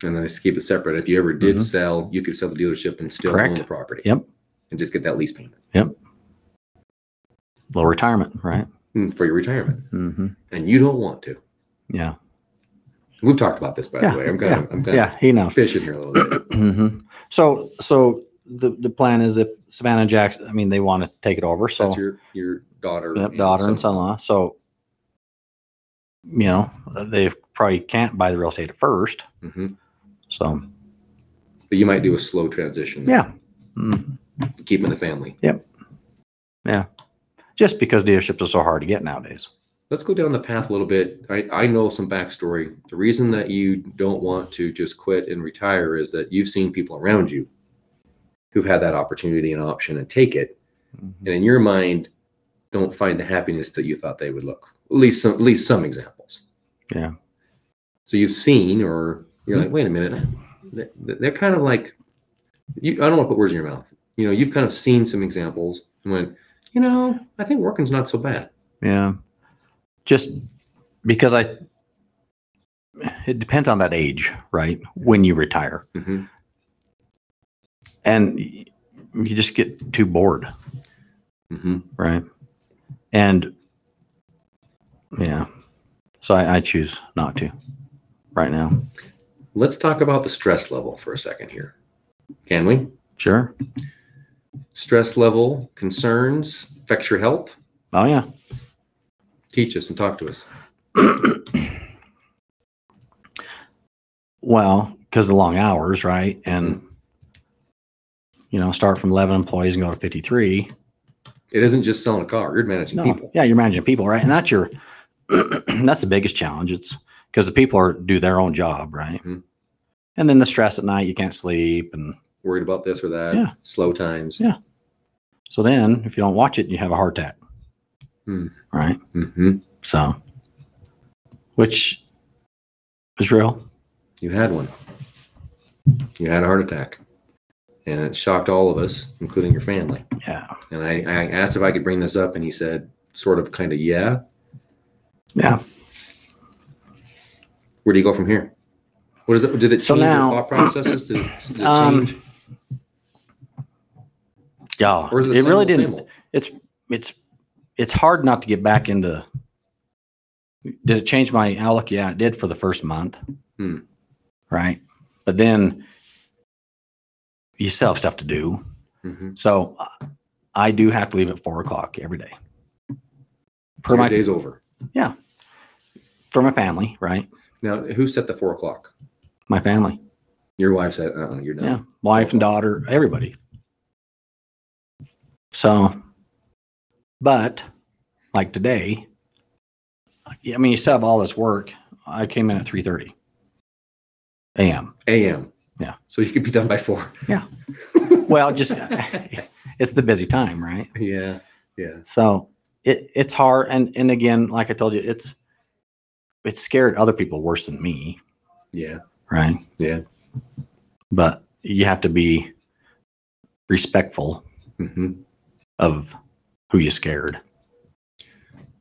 Speaker 1: and they keep it separate. If you ever did
Speaker 2: Mhm.
Speaker 1: sell, you could sell the dealership and still own
Speaker 2: Correct.
Speaker 1: the property.
Speaker 2: Yep.
Speaker 1: And just get that lease payment
Speaker 2: Little retirement, right?
Speaker 1: mm, for your retirement.
Speaker 2: Mm-hmm.
Speaker 1: And you don't want to.
Speaker 2: Yeah,
Speaker 1: We've talked about this by
Speaker 2: Yeah,
Speaker 1: the way. I'm gonna I'm gonna
Speaker 2: yeah, he knows.
Speaker 1: fish in here a little bit.
Speaker 2: hmm So, so the the plan is if Savannah and Jackson, I mean, they want to take it over. So
Speaker 1: That's your your daughter.
Speaker 2: Yep, daughter and
Speaker 1: son.
Speaker 2: son-in-law. So, you know, they probably can't buy the real estate at first.
Speaker 1: Mhm.
Speaker 2: So,
Speaker 1: But you might do a slow transition.
Speaker 2: yeah. Mm.
Speaker 1: Keeping the family.
Speaker 2: just because dealerships are so hard to get nowadays.
Speaker 1: Let's go down the path a little bit. I, I know some backstory. The reason that you don't want to just quit and retire is that you've seen people around you who've had that opportunity and option and take it. and in your mind don't find the happiness that you thought they would look at least some at least some examples
Speaker 2: Yeah. Mm-hmm.
Speaker 1: so you've seen or you're like wait a minute They- they're kind of like you i don't want to put words in your mouth you know you've kind of seen some examples and went you know i think working's not so bad
Speaker 2: Yeah. Just because I, it depends on that age, right? When you retire.
Speaker 1: hmm
Speaker 2: And y- you just get too bored,
Speaker 1: hmm
Speaker 2: right? And yeah. So I, I choose not to right now.
Speaker 1: let's talk about the stress level for a second here can we
Speaker 2: Sure.
Speaker 1: stress level concerns affects your health
Speaker 2: Oh, yeah.
Speaker 1: teach us and talk to us
Speaker 2: Well, because the long hours, right? And, you know, start from 11 employees and go to 53.
Speaker 1: it isn't just selling a car you're managing
Speaker 2: No.
Speaker 1: people
Speaker 2: Yeah, you're managing people, right? And that's your that's the biggest challenge. It's because the people are do their own job, right?
Speaker 1: Mhm.
Speaker 2: And then the stress at night, you can't sleep, and
Speaker 1: worried about this or that
Speaker 2: Yeah.
Speaker 1: slow times
Speaker 2: Yeah. so then if you don't watch it, you have a heart attack,
Speaker 1: Mm.
Speaker 2: right?
Speaker 1: hmm
Speaker 2: So, which is real.
Speaker 1: You had one. You had a heart attack. And it shocked all of us, including your family.
Speaker 2: Yeah,
Speaker 1: And I, I asked if I could bring this up, and he said, sort of, kind of, yeah.
Speaker 2: yeah.
Speaker 1: Where do you go from here? What is it? Did it
Speaker 2: So
Speaker 1: change
Speaker 2: now-
Speaker 1: your thought processes? Did, it- did it
Speaker 2: Um,
Speaker 1: change?
Speaker 2: Yeah,
Speaker 1: Or is
Speaker 2: it
Speaker 1: same
Speaker 2: really
Speaker 1: old, same
Speaker 2: didn't.
Speaker 1: old?
Speaker 2: It's it's it's hard not to get back into. Did it change my outlook? Yeah, it did for the first month.
Speaker 1: Hmm.
Speaker 2: Right, but then you still have stuff to do.
Speaker 1: Mhm.
Speaker 2: So uh, I do have to leave at four o'clock every day. For
Speaker 1: Your
Speaker 2: my
Speaker 1: day's over.
Speaker 2: for my family, right?
Speaker 1: Now, who set the four o'clock?
Speaker 2: My family,
Speaker 1: Your wife said, uh-uh, you're done.
Speaker 2: yeah, wife and daughter, everybody. So, but like today, I mean, you still have all this work. I came in at three thirty a.m.
Speaker 1: A.M.
Speaker 2: Yeah.
Speaker 1: So you could be done by four.
Speaker 2: Well, just it's the busy time, right?
Speaker 1: Yeah. Yeah.
Speaker 2: So it it's hard, and and again, like I told you, it's it scared other people worse than me,
Speaker 1: Yeah.
Speaker 2: right?
Speaker 1: Yeah.
Speaker 2: But you have to be respectful
Speaker 1: hmm
Speaker 2: of who you scared.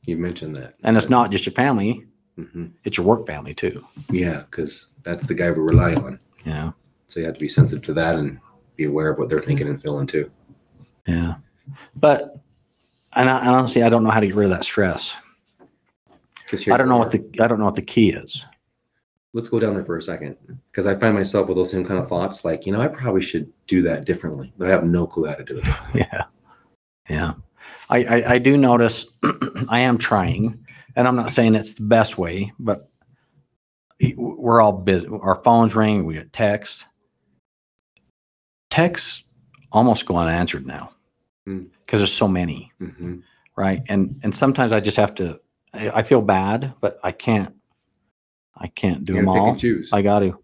Speaker 1: You mentioned that.
Speaker 2: And it's not just your family,
Speaker 1: hmm
Speaker 2: it's your work family too.
Speaker 1: Yeah. Because that's the guy we rely on.
Speaker 2: Yeah.
Speaker 1: So you have to be sensitive to that and be aware of what they're thinking and feeling too.
Speaker 2: Yeah. But and I, and honestly I don't know how to get rid of that stress.
Speaker 1: 'Cause here
Speaker 2: I don't
Speaker 1: we
Speaker 2: know
Speaker 1: are.
Speaker 2: what the I don't know what the key is.
Speaker 1: Let's go down there for a second because I find myself with those same kind of thoughts. Like you know, I probably should do that differently, but I have no clue how to do it.
Speaker 2: Yeah. Yeah. I, I, I do notice I am trying. and I'm not saying it's the best way, but we're all busy. Our phones ring. We get texts. Texts almost go unanswered now
Speaker 1: Mm.
Speaker 2: because there's so many,
Speaker 1: Mhm.
Speaker 2: right? And and sometimes I just have to. I I feel bad, but I can't. I can't do
Speaker 1: You
Speaker 2: them
Speaker 1: gotta pick
Speaker 2: all.
Speaker 1: and choose.
Speaker 2: I got to.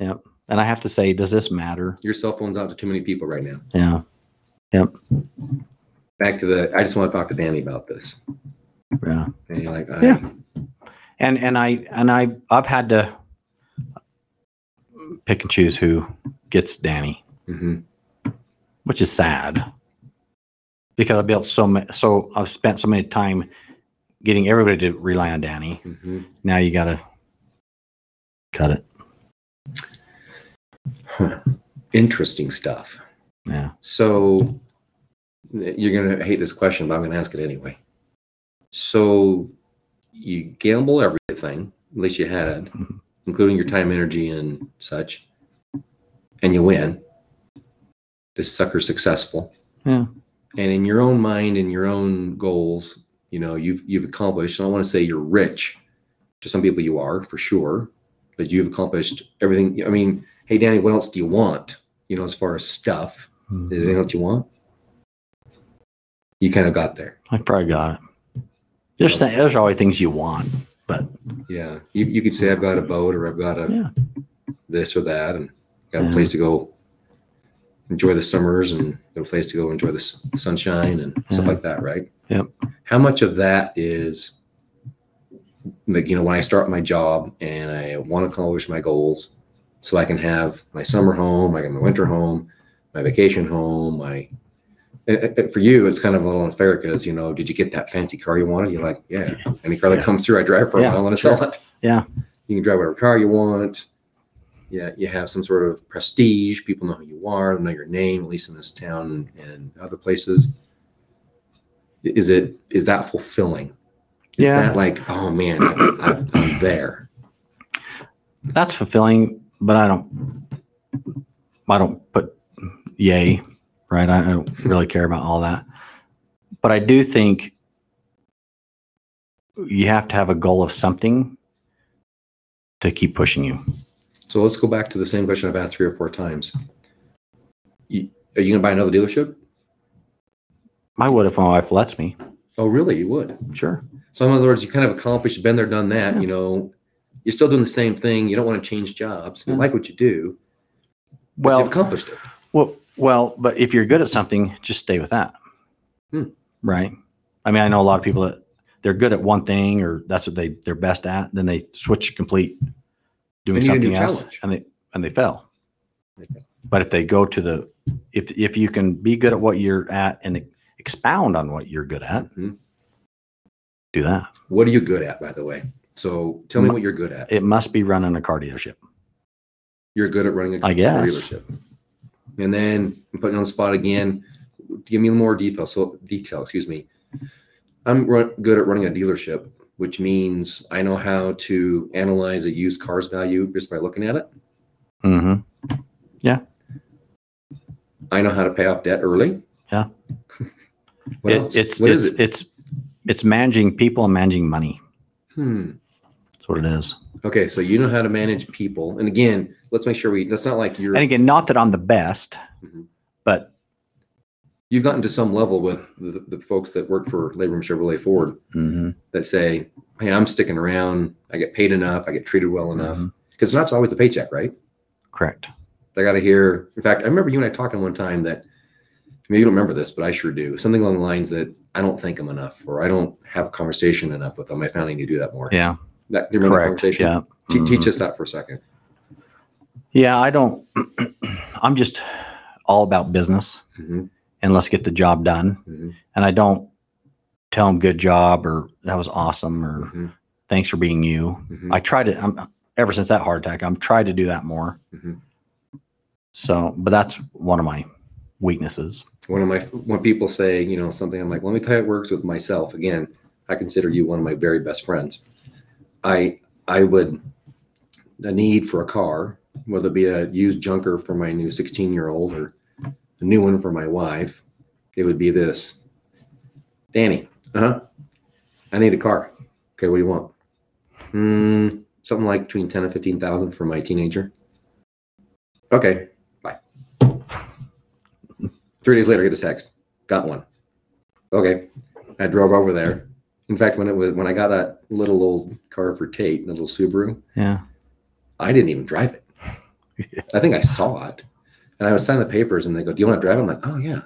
Speaker 2: Yep. And I have to say, does this matter?
Speaker 1: Your cell phone's out to too many people right now.
Speaker 2: Yeah.
Speaker 1: Back to the, I just want to talk to Danny about this.
Speaker 2: Yeah.
Speaker 1: And you're like, I-
Speaker 2: Yeah. And and I and I I've had to pick and choose who gets Danny,
Speaker 1: mhm.
Speaker 2: which is sad because I built so much. So I've spent so many time getting everybody to rely on Danny.
Speaker 1: Mhm.
Speaker 2: Now you got to cut it.
Speaker 1: Huh. interesting stuff.
Speaker 2: Yeah.
Speaker 1: So you're going to hate this question, but I'm going to ask it anyway. So you gamble everything, at least you had,
Speaker 2: Mhm.
Speaker 1: including your time, energy, and such, and you win. This sucker's successful.
Speaker 2: Yeah.
Speaker 1: And in your own mind and your own goals, you know, you've you've accomplished. I don't want to say you're rich. To some people you are for sure, but you've accomplished everything. I mean, hey Danny, what else do you want? You know, as far as stuff. Is there anything else you want? You kind of got there.
Speaker 2: I probably got it. There's th- there's always things you want, but
Speaker 1: Yeah. You, you could say, I've got a boat or I've got a
Speaker 2: Yeah.
Speaker 1: this or that and got a
Speaker 2: Yeah.
Speaker 1: place to go enjoy the summers and got a place to go enjoy the s- sunshine and stuff
Speaker 2: Yeah.
Speaker 1: like that, right?
Speaker 2: Yep.
Speaker 1: How much of that is like, you know, when I start my job and I want to accomplish my goals so I can have my summer home, I got my winter home, my vacation home, my it- it- for you, it's kind of a little unfair because you know, did you get that fancy car you wanted? You're like, yeah. Any car that
Speaker 2: Yeah.
Speaker 1: comes through, I drive for a
Speaker 2: Yeah,
Speaker 1: while and I
Speaker 2: sure.
Speaker 1: sell it.
Speaker 2: Yeah.
Speaker 1: You can drive whatever car you want. Yeah, you have some sort of prestige. People know who you are, they know your name, at least in this town and other places. I- Is it is that fulfilling? Is
Speaker 2: Yeah.
Speaker 1: that like, oh man, I'm, I'm there.
Speaker 2: that's fulfilling, but I don't, I don't put yay, right? I don't really care about all that. But I do think you have to have a goal of something to keep pushing you.
Speaker 1: So let's go back to the same question I've asked three or four times. You, are you gonna buy another dealership?
Speaker 2: I would if my wife lets me.
Speaker 1: Oh, really? You would.
Speaker 2: Sure.
Speaker 1: So in other words, you kind of accomplished, you've been there, done that. You know, you're still doing the same thing. You don't want to change jobs. You
Speaker 2: Yeah.
Speaker 1: like what you do. But
Speaker 2: Well,
Speaker 1: you've accomplished it.
Speaker 2: Well, well, but if you're good at something, just stay with that.
Speaker 1: Hmm.
Speaker 2: Right. I mean, I know a lot of people that they're good at one thing or that's what they they're best at. Then they switch to complete doing
Speaker 1: They need a new
Speaker 2: something else
Speaker 1: challenge.
Speaker 2: and they, and they fail.
Speaker 1: They fail.
Speaker 2: But if they go to the, if, if you can be good at what you're at and expound on what you're good at,
Speaker 1: Mhm.
Speaker 2: do that.
Speaker 1: What are you good at, by the way? So tell me what you're good at.
Speaker 2: It must be running a car dealership.
Speaker 1: You're good at running a
Speaker 2: I guess.
Speaker 1: dealership. And then I'm putting you on the spot again. Give me more detail. So detail, excuse me. I'm run, good at running a dealership, which means I know how to analyze a used car's value just by looking at it.
Speaker 2: hmm
Speaker 1: I know how to pay off debt early.
Speaker 2: Yeah.
Speaker 1: what
Speaker 2: it,
Speaker 1: else?
Speaker 2: It's,
Speaker 1: What
Speaker 2: it's,
Speaker 1: is it?
Speaker 2: it's, it's managing people and managing money.
Speaker 1: Hmm.
Speaker 2: That's what it is.
Speaker 1: Okay, so you know how to manage people, and again, let's make sure we. That's not like you're.
Speaker 2: And again, not that I'm the best,
Speaker 1: Mhm.
Speaker 2: but
Speaker 1: You've gotten to some level with the, the folks that work for Labor and Chevrolet Ford that say, "Hey, I'm sticking around. I get paid enough. I get treated well enough."
Speaker 2: Mhm.
Speaker 1: Because it's not always the paycheck, right?
Speaker 2: correct.
Speaker 1: I got to hear. In fact, I remember you and I talking one time that maybe you don't remember this, but I sure do. Something along the lines that I don't think I'm enough, or I don't have a conversation enough with them. I finally need to do that more.
Speaker 2: Yeah,
Speaker 1: That, do you remember that
Speaker 2: correct.
Speaker 1: conversation?
Speaker 2: Yeah,
Speaker 1: Te- Teach
Speaker 2: Mhm.
Speaker 1: us that for a second.
Speaker 2: yeah. I don't. I'm just all about business
Speaker 1: Mhm,
Speaker 2: and let's get the job done.
Speaker 1: mhm,
Speaker 2: And I don't tell them good job or that was awesome or
Speaker 1: mhm,
Speaker 2: thanks for being you.
Speaker 1: mhm.
Speaker 2: I try to. I'm ever since that heart attack, I'm tried to do that more.
Speaker 1: Mhm.
Speaker 2: So, but that's one of my weaknesses.
Speaker 1: one of my when people say you know something i'm like let me tell you it works with myself again i consider you one of my very best friends i i would a need for a car whether it be a used junker for my new 16 year old or a new one for my wife it would be this danny uh-huh i need a car Okay, what do you want? Hmm, something like between ten and fifteen thousand for my teenager. Okay, bye. Three days later, I get a text. Got one. Okay, I drove over there. In fact, when it was when I got that little old car for Tate, the little Subaru,
Speaker 2: Yeah.
Speaker 1: I didn't even drive it. I think I saw it, and I was signing the papers, and they go, "Do you want to drive?" it?" I'm like, "Oh yeah,"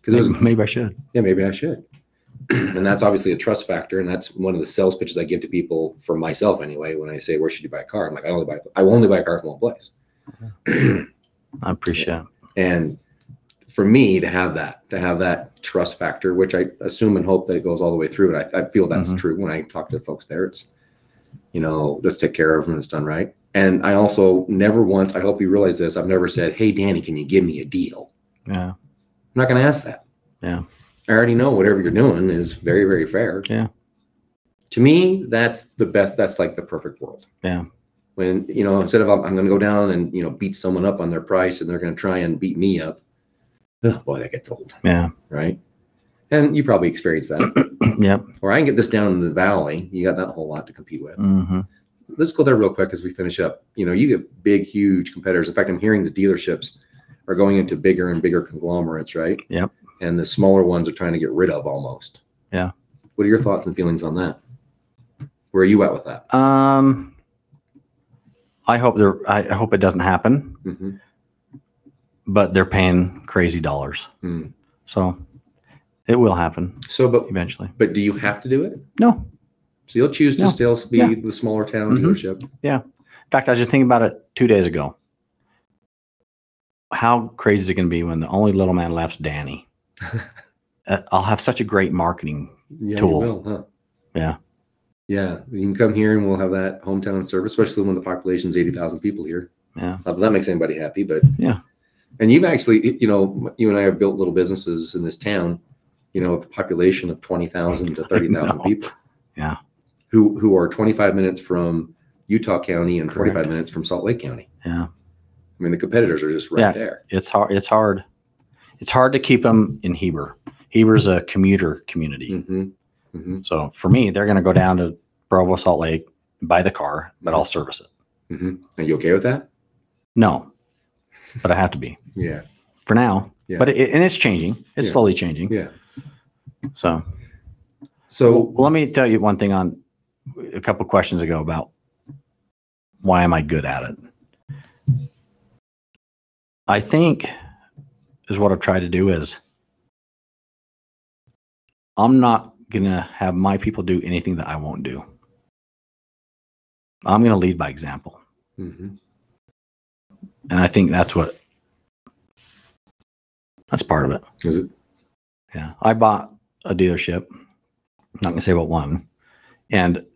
Speaker 1: because it was
Speaker 2: maybe I should.
Speaker 1: yeah, maybe I should. and that's obviously a trust factor, and that's one of the sales pitches I give to people for myself anyway. When I say, "Where should you buy a car?" I'm like, "I only buy I will only buy a car from one place."
Speaker 2: I appreciate it.
Speaker 1: and for me to have that, to have that trust factor, which I assume and hope that it goes all the way through, and I, I feel that's
Speaker 2: Mhm.
Speaker 1: true when I talk to folks there. It's you know, let's take care of them. It's done right. And I also never once. I hope you realize this. I've never said, "Hey, Danny, can you give me a deal?"
Speaker 2: Yeah.
Speaker 1: I'm not going to ask that.
Speaker 2: Yeah.
Speaker 1: I already know whatever you're doing is very, very fair.
Speaker 2: Yeah.
Speaker 1: To me, that's the best. That's like the perfect world.
Speaker 2: Yeah.
Speaker 1: When, you know, instead of I'm, going to go down and, you know, beat someone up on their price and they're going to try and beat me up. Oh, boy, that gets old.
Speaker 2: Yeah.
Speaker 1: Right. And you probably experienced that.
Speaker 2: yep.
Speaker 1: or I can get this down in the valley. You got that whole lot to compete with
Speaker 2: Mm-hmm.
Speaker 1: let's go there real quick as we finish up. You know, you get big, huge competitors. In fact, I'm hearing the dealerships are going into bigger and bigger conglomerates, right?
Speaker 2: Yep.
Speaker 1: And the smaller ones are trying to get rid of almost.
Speaker 2: Yeah.
Speaker 1: What are your thoughts and feelings on that? Where are you at with that?
Speaker 2: Um, I hope they're. I I hope it doesn't happen,
Speaker 1: Mm-hmm.
Speaker 2: but they're paying crazy dollars, so it will happen
Speaker 1: So, but
Speaker 2: eventually.
Speaker 1: but do you have to do it?
Speaker 2: No,
Speaker 1: So you'll choose to
Speaker 2: No.
Speaker 1: still be
Speaker 2: Yeah.
Speaker 1: the smaller town
Speaker 2: Mhm.
Speaker 1: dealership.
Speaker 2: In fact, I was just thinking about it two days ago. How crazy is it going to be when the only little man left's Danny? Uh, I'll have such a great marketing.
Speaker 1: Yeah,
Speaker 2: Tool.
Speaker 1: you will, huh?
Speaker 2: Yeah.
Speaker 1: Yeah, you can come here and we'll have that hometown service, especially when the population's eighty thousand people here.
Speaker 2: Yeah.
Speaker 1: Not that that makes anybody happy, but
Speaker 2: Yeah.
Speaker 1: And you've actually, you know, you and I have built little businesses in this town, you know, of a population of twenty thousand to thirty thousand
Speaker 2: know.
Speaker 1: people.
Speaker 2: Yeah.
Speaker 1: Who who are twenty five minutes from Utah County and forty five
Speaker 2: Correct.
Speaker 1: minutes from Salt Lake County.
Speaker 2: Yeah,
Speaker 1: I mean, the competitors are just right
Speaker 2: Yeah.
Speaker 1: there.
Speaker 2: it's hard. It's hard. It's hard to keep them in Heber. Heber's a commuter community,
Speaker 1: Mhm. Mhm.
Speaker 2: so for me, they're going to go down to Provo, Salt Lake, buy the car, but I'll service it.
Speaker 1: Mhm. Are you okay with that?
Speaker 2: No, but I have to be
Speaker 1: Yeah.
Speaker 2: for now.
Speaker 1: Yeah.
Speaker 2: But it, and it's changing. It's
Speaker 1: Yeah.
Speaker 2: slowly changing.
Speaker 1: Yeah.
Speaker 2: So
Speaker 1: So
Speaker 2: Well, let me tell you one thing on a couple questions ago about why am I good at it? I think is what I've tried to do is I'm not going to have my people do anything that I won't do. I'm going to lead by example.
Speaker 1: Mhm.
Speaker 2: And I think that's what that's part of it.
Speaker 1: is it?
Speaker 2: Yeah. I bought a dealership. I'm not gonna say what one. And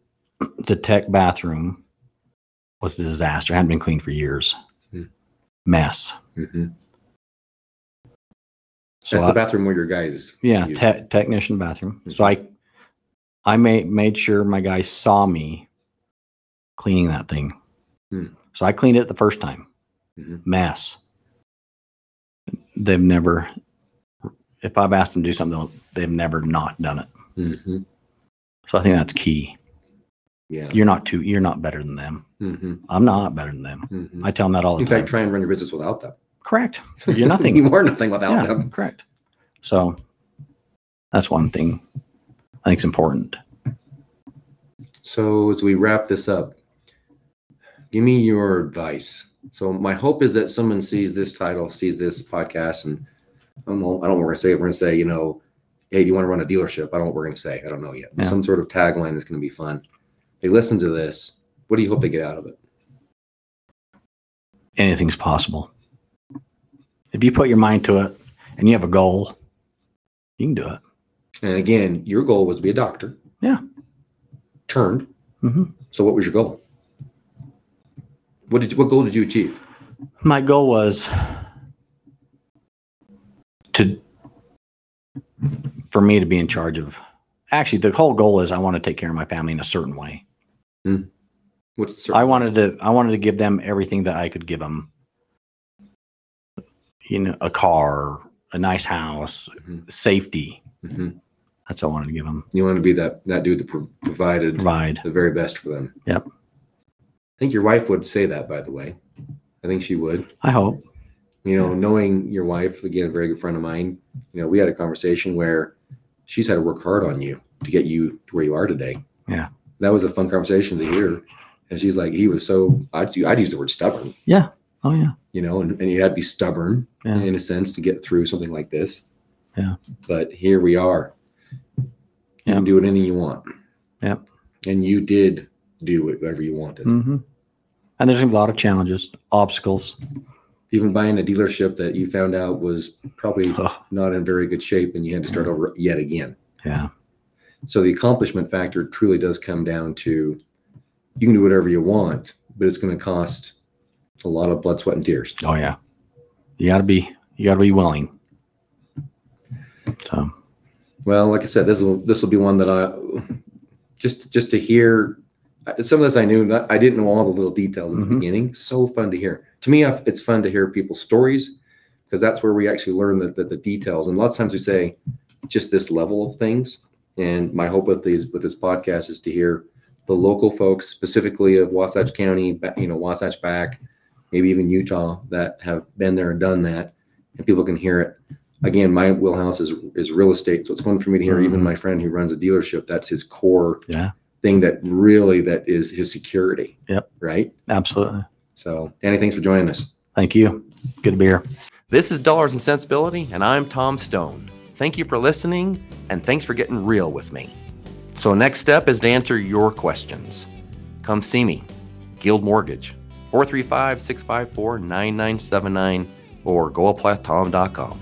Speaker 2: the tech bathroom was a disaster. It hadn't been cleaned for years.
Speaker 1: Hmm.
Speaker 2: Mess.
Speaker 1: Mhm.
Speaker 2: So
Speaker 1: That's
Speaker 2: I-
Speaker 1: the bathroom Hmm. where your guys.
Speaker 2: yeah,
Speaker 1: use.
Speaker 2: te- technician bathroom. So I I made made sure my guy saw me cleaning that thing.
Speaker 1: Hmm.
Speaker 2: So I cleaned it the first time.
Speaker 1: Mhm.
Speaker 2: Mess. They've never if I've asked them to do something, they'll- they've never not done it.
Speaker 1: Mhm.
Speaker 2: So I think that's key.
Speaker 1: Yeah.
Speaker 2: You're not too. You're not better than them.
Speaker 1: Mm-hmm.
Speaker 2: I'm not better than them.
Speaker 1: Mm-hmm.
Speaker 2: I tell them that all the
Speaker 1: In
Speaker 2: time.
Speaker 1: fact, try and run your business without them.
Speaker 2: correct. You're nothing.
Speaker 1: you are nothing without
Speaker 2: yeah,
Speaker 1: them.
Speaker 2: correct. So that's one thing I think is important.
Speaker 1: So as we wrap this up, give me your advice. So my hope is that someone sees this title, sees this podcast, and I'm, I don't know what we're gonna say. We're gonna say, you know, hey, do you want to run a dealership? I don't know what we're gonna say. I don't know yet.
Speaker 2: Yeah.
Speaker 1: Some sort of tagline that's gonna be fun. They listen to this. What do you hope they get out of it?
Speaker 2: Anything's possible. If you put your mind to it and you have a goal, you can do it.
Speaker 1: And again, your goal was to be a doctor.
Speaker 2: Yeah.
Speaker 1: Turned.
Speaker 2: hmm
Speaker 1: So what was your goal? What did you, what goal did you achieve?
Speaker 2: My goal was to for me to be in charge of. Actually, the whole goal is I want to take care of my family in a certain way.
Speaker 1: What's the
Speaker 2: I wanted to I wanted to give them everything that I could give them. You know, a car, a nice house,
Speaker 1: Mhm.
Speaker 2: safety.
Speaker 1: Mhm.
Speaker 2: That's what I wanted to give them.
Speaker 1: You want to be that that dude that pro- provided
Speaker 2: Provide.
Speaker 1: the very best for them.
Speaker 2: Yep.
Speaker 1: I think your wife would say that, by the way. I think she would.
Speaker 2: I hope.
Speaker 1: you know, knowing your wife, again, a very good friend of mine, you know, we had a conversation where she's had to work hard on you to get you to where you are today.
Speaker 2: Yeah.
Speaker 1: That was a fun conversation to hear. And she's like, he was so, I'd, I'd use the word stubborn,
Speaker 2: Oh yeah.
Speaker 1: you know, and, and you had to be stubborn
Speaker 2: Yeah.
Speaker 1: in a sense to get through something like this.
Speaker 2: Yeah.
Speaker 1: But here we are. You
Speaker 2: Yeah.
Speaker 1: can do anything you want.
Speaker 2: Yep.
Speaker 1: And you did do whatever you wanted.
Speaker 2: Mm-hmm. And there's gonna be a lot of challenges, obstacles.
Speaker 1: Even buying a dealership that you found out was probably
Speaker 2: Ugh.
Speaker 1: not in very good shape and you had to start over yet again.
Speaker 2: Yeah.
Speaker 1: So the accomplishment factor truly does come down to you can do whatever you want, but it's going to cost a lot of blood, sweat, and tears.
Speaker 2: Oh yeah. You gotta be. You gotta be willing. So
Speaker 1: Well, like I said, this will this will be one that I just just to hear I- some of this I knew. Not, I didn't know all the little details in the
Speaker 2: Mhm.
Speaker 1: beginning. So fun to hear. To me, I- it's fun to hear people's stories because that's where we actually learn the, the, the details. And lots of times we say just this level of things. And my hope with these with this podcast is to hear the local folks, specifically of Wasatch County, ba- you know, Wasatch back, maybe even Utah, that have been there and done that, and people can hear it. Again, my wheelhouse is is real estate, so it's fun for me to hear. Even
Speaker 2: Mhm.
Speaker 1: my friend who runs a dealership, that's his core
Speaker 2: yeah,
Speaker 1: thing that really that is his security.
Speaker 2: Yep.
Speaker 1: Right.
Speaker 2: absolutely.
Speaker 1: So, Danny, thanks for joining us.
Speaker 2: Thank you. Good to be here.
Speaker 1: This is Dollars and Sensibility, and I'm Tom Stone. Thank you for listening, and thanks for getting real with me. So, next step is to answer your questions. Come see me, Guild Mortgage, 435 654 9979, or goaplathtom.com.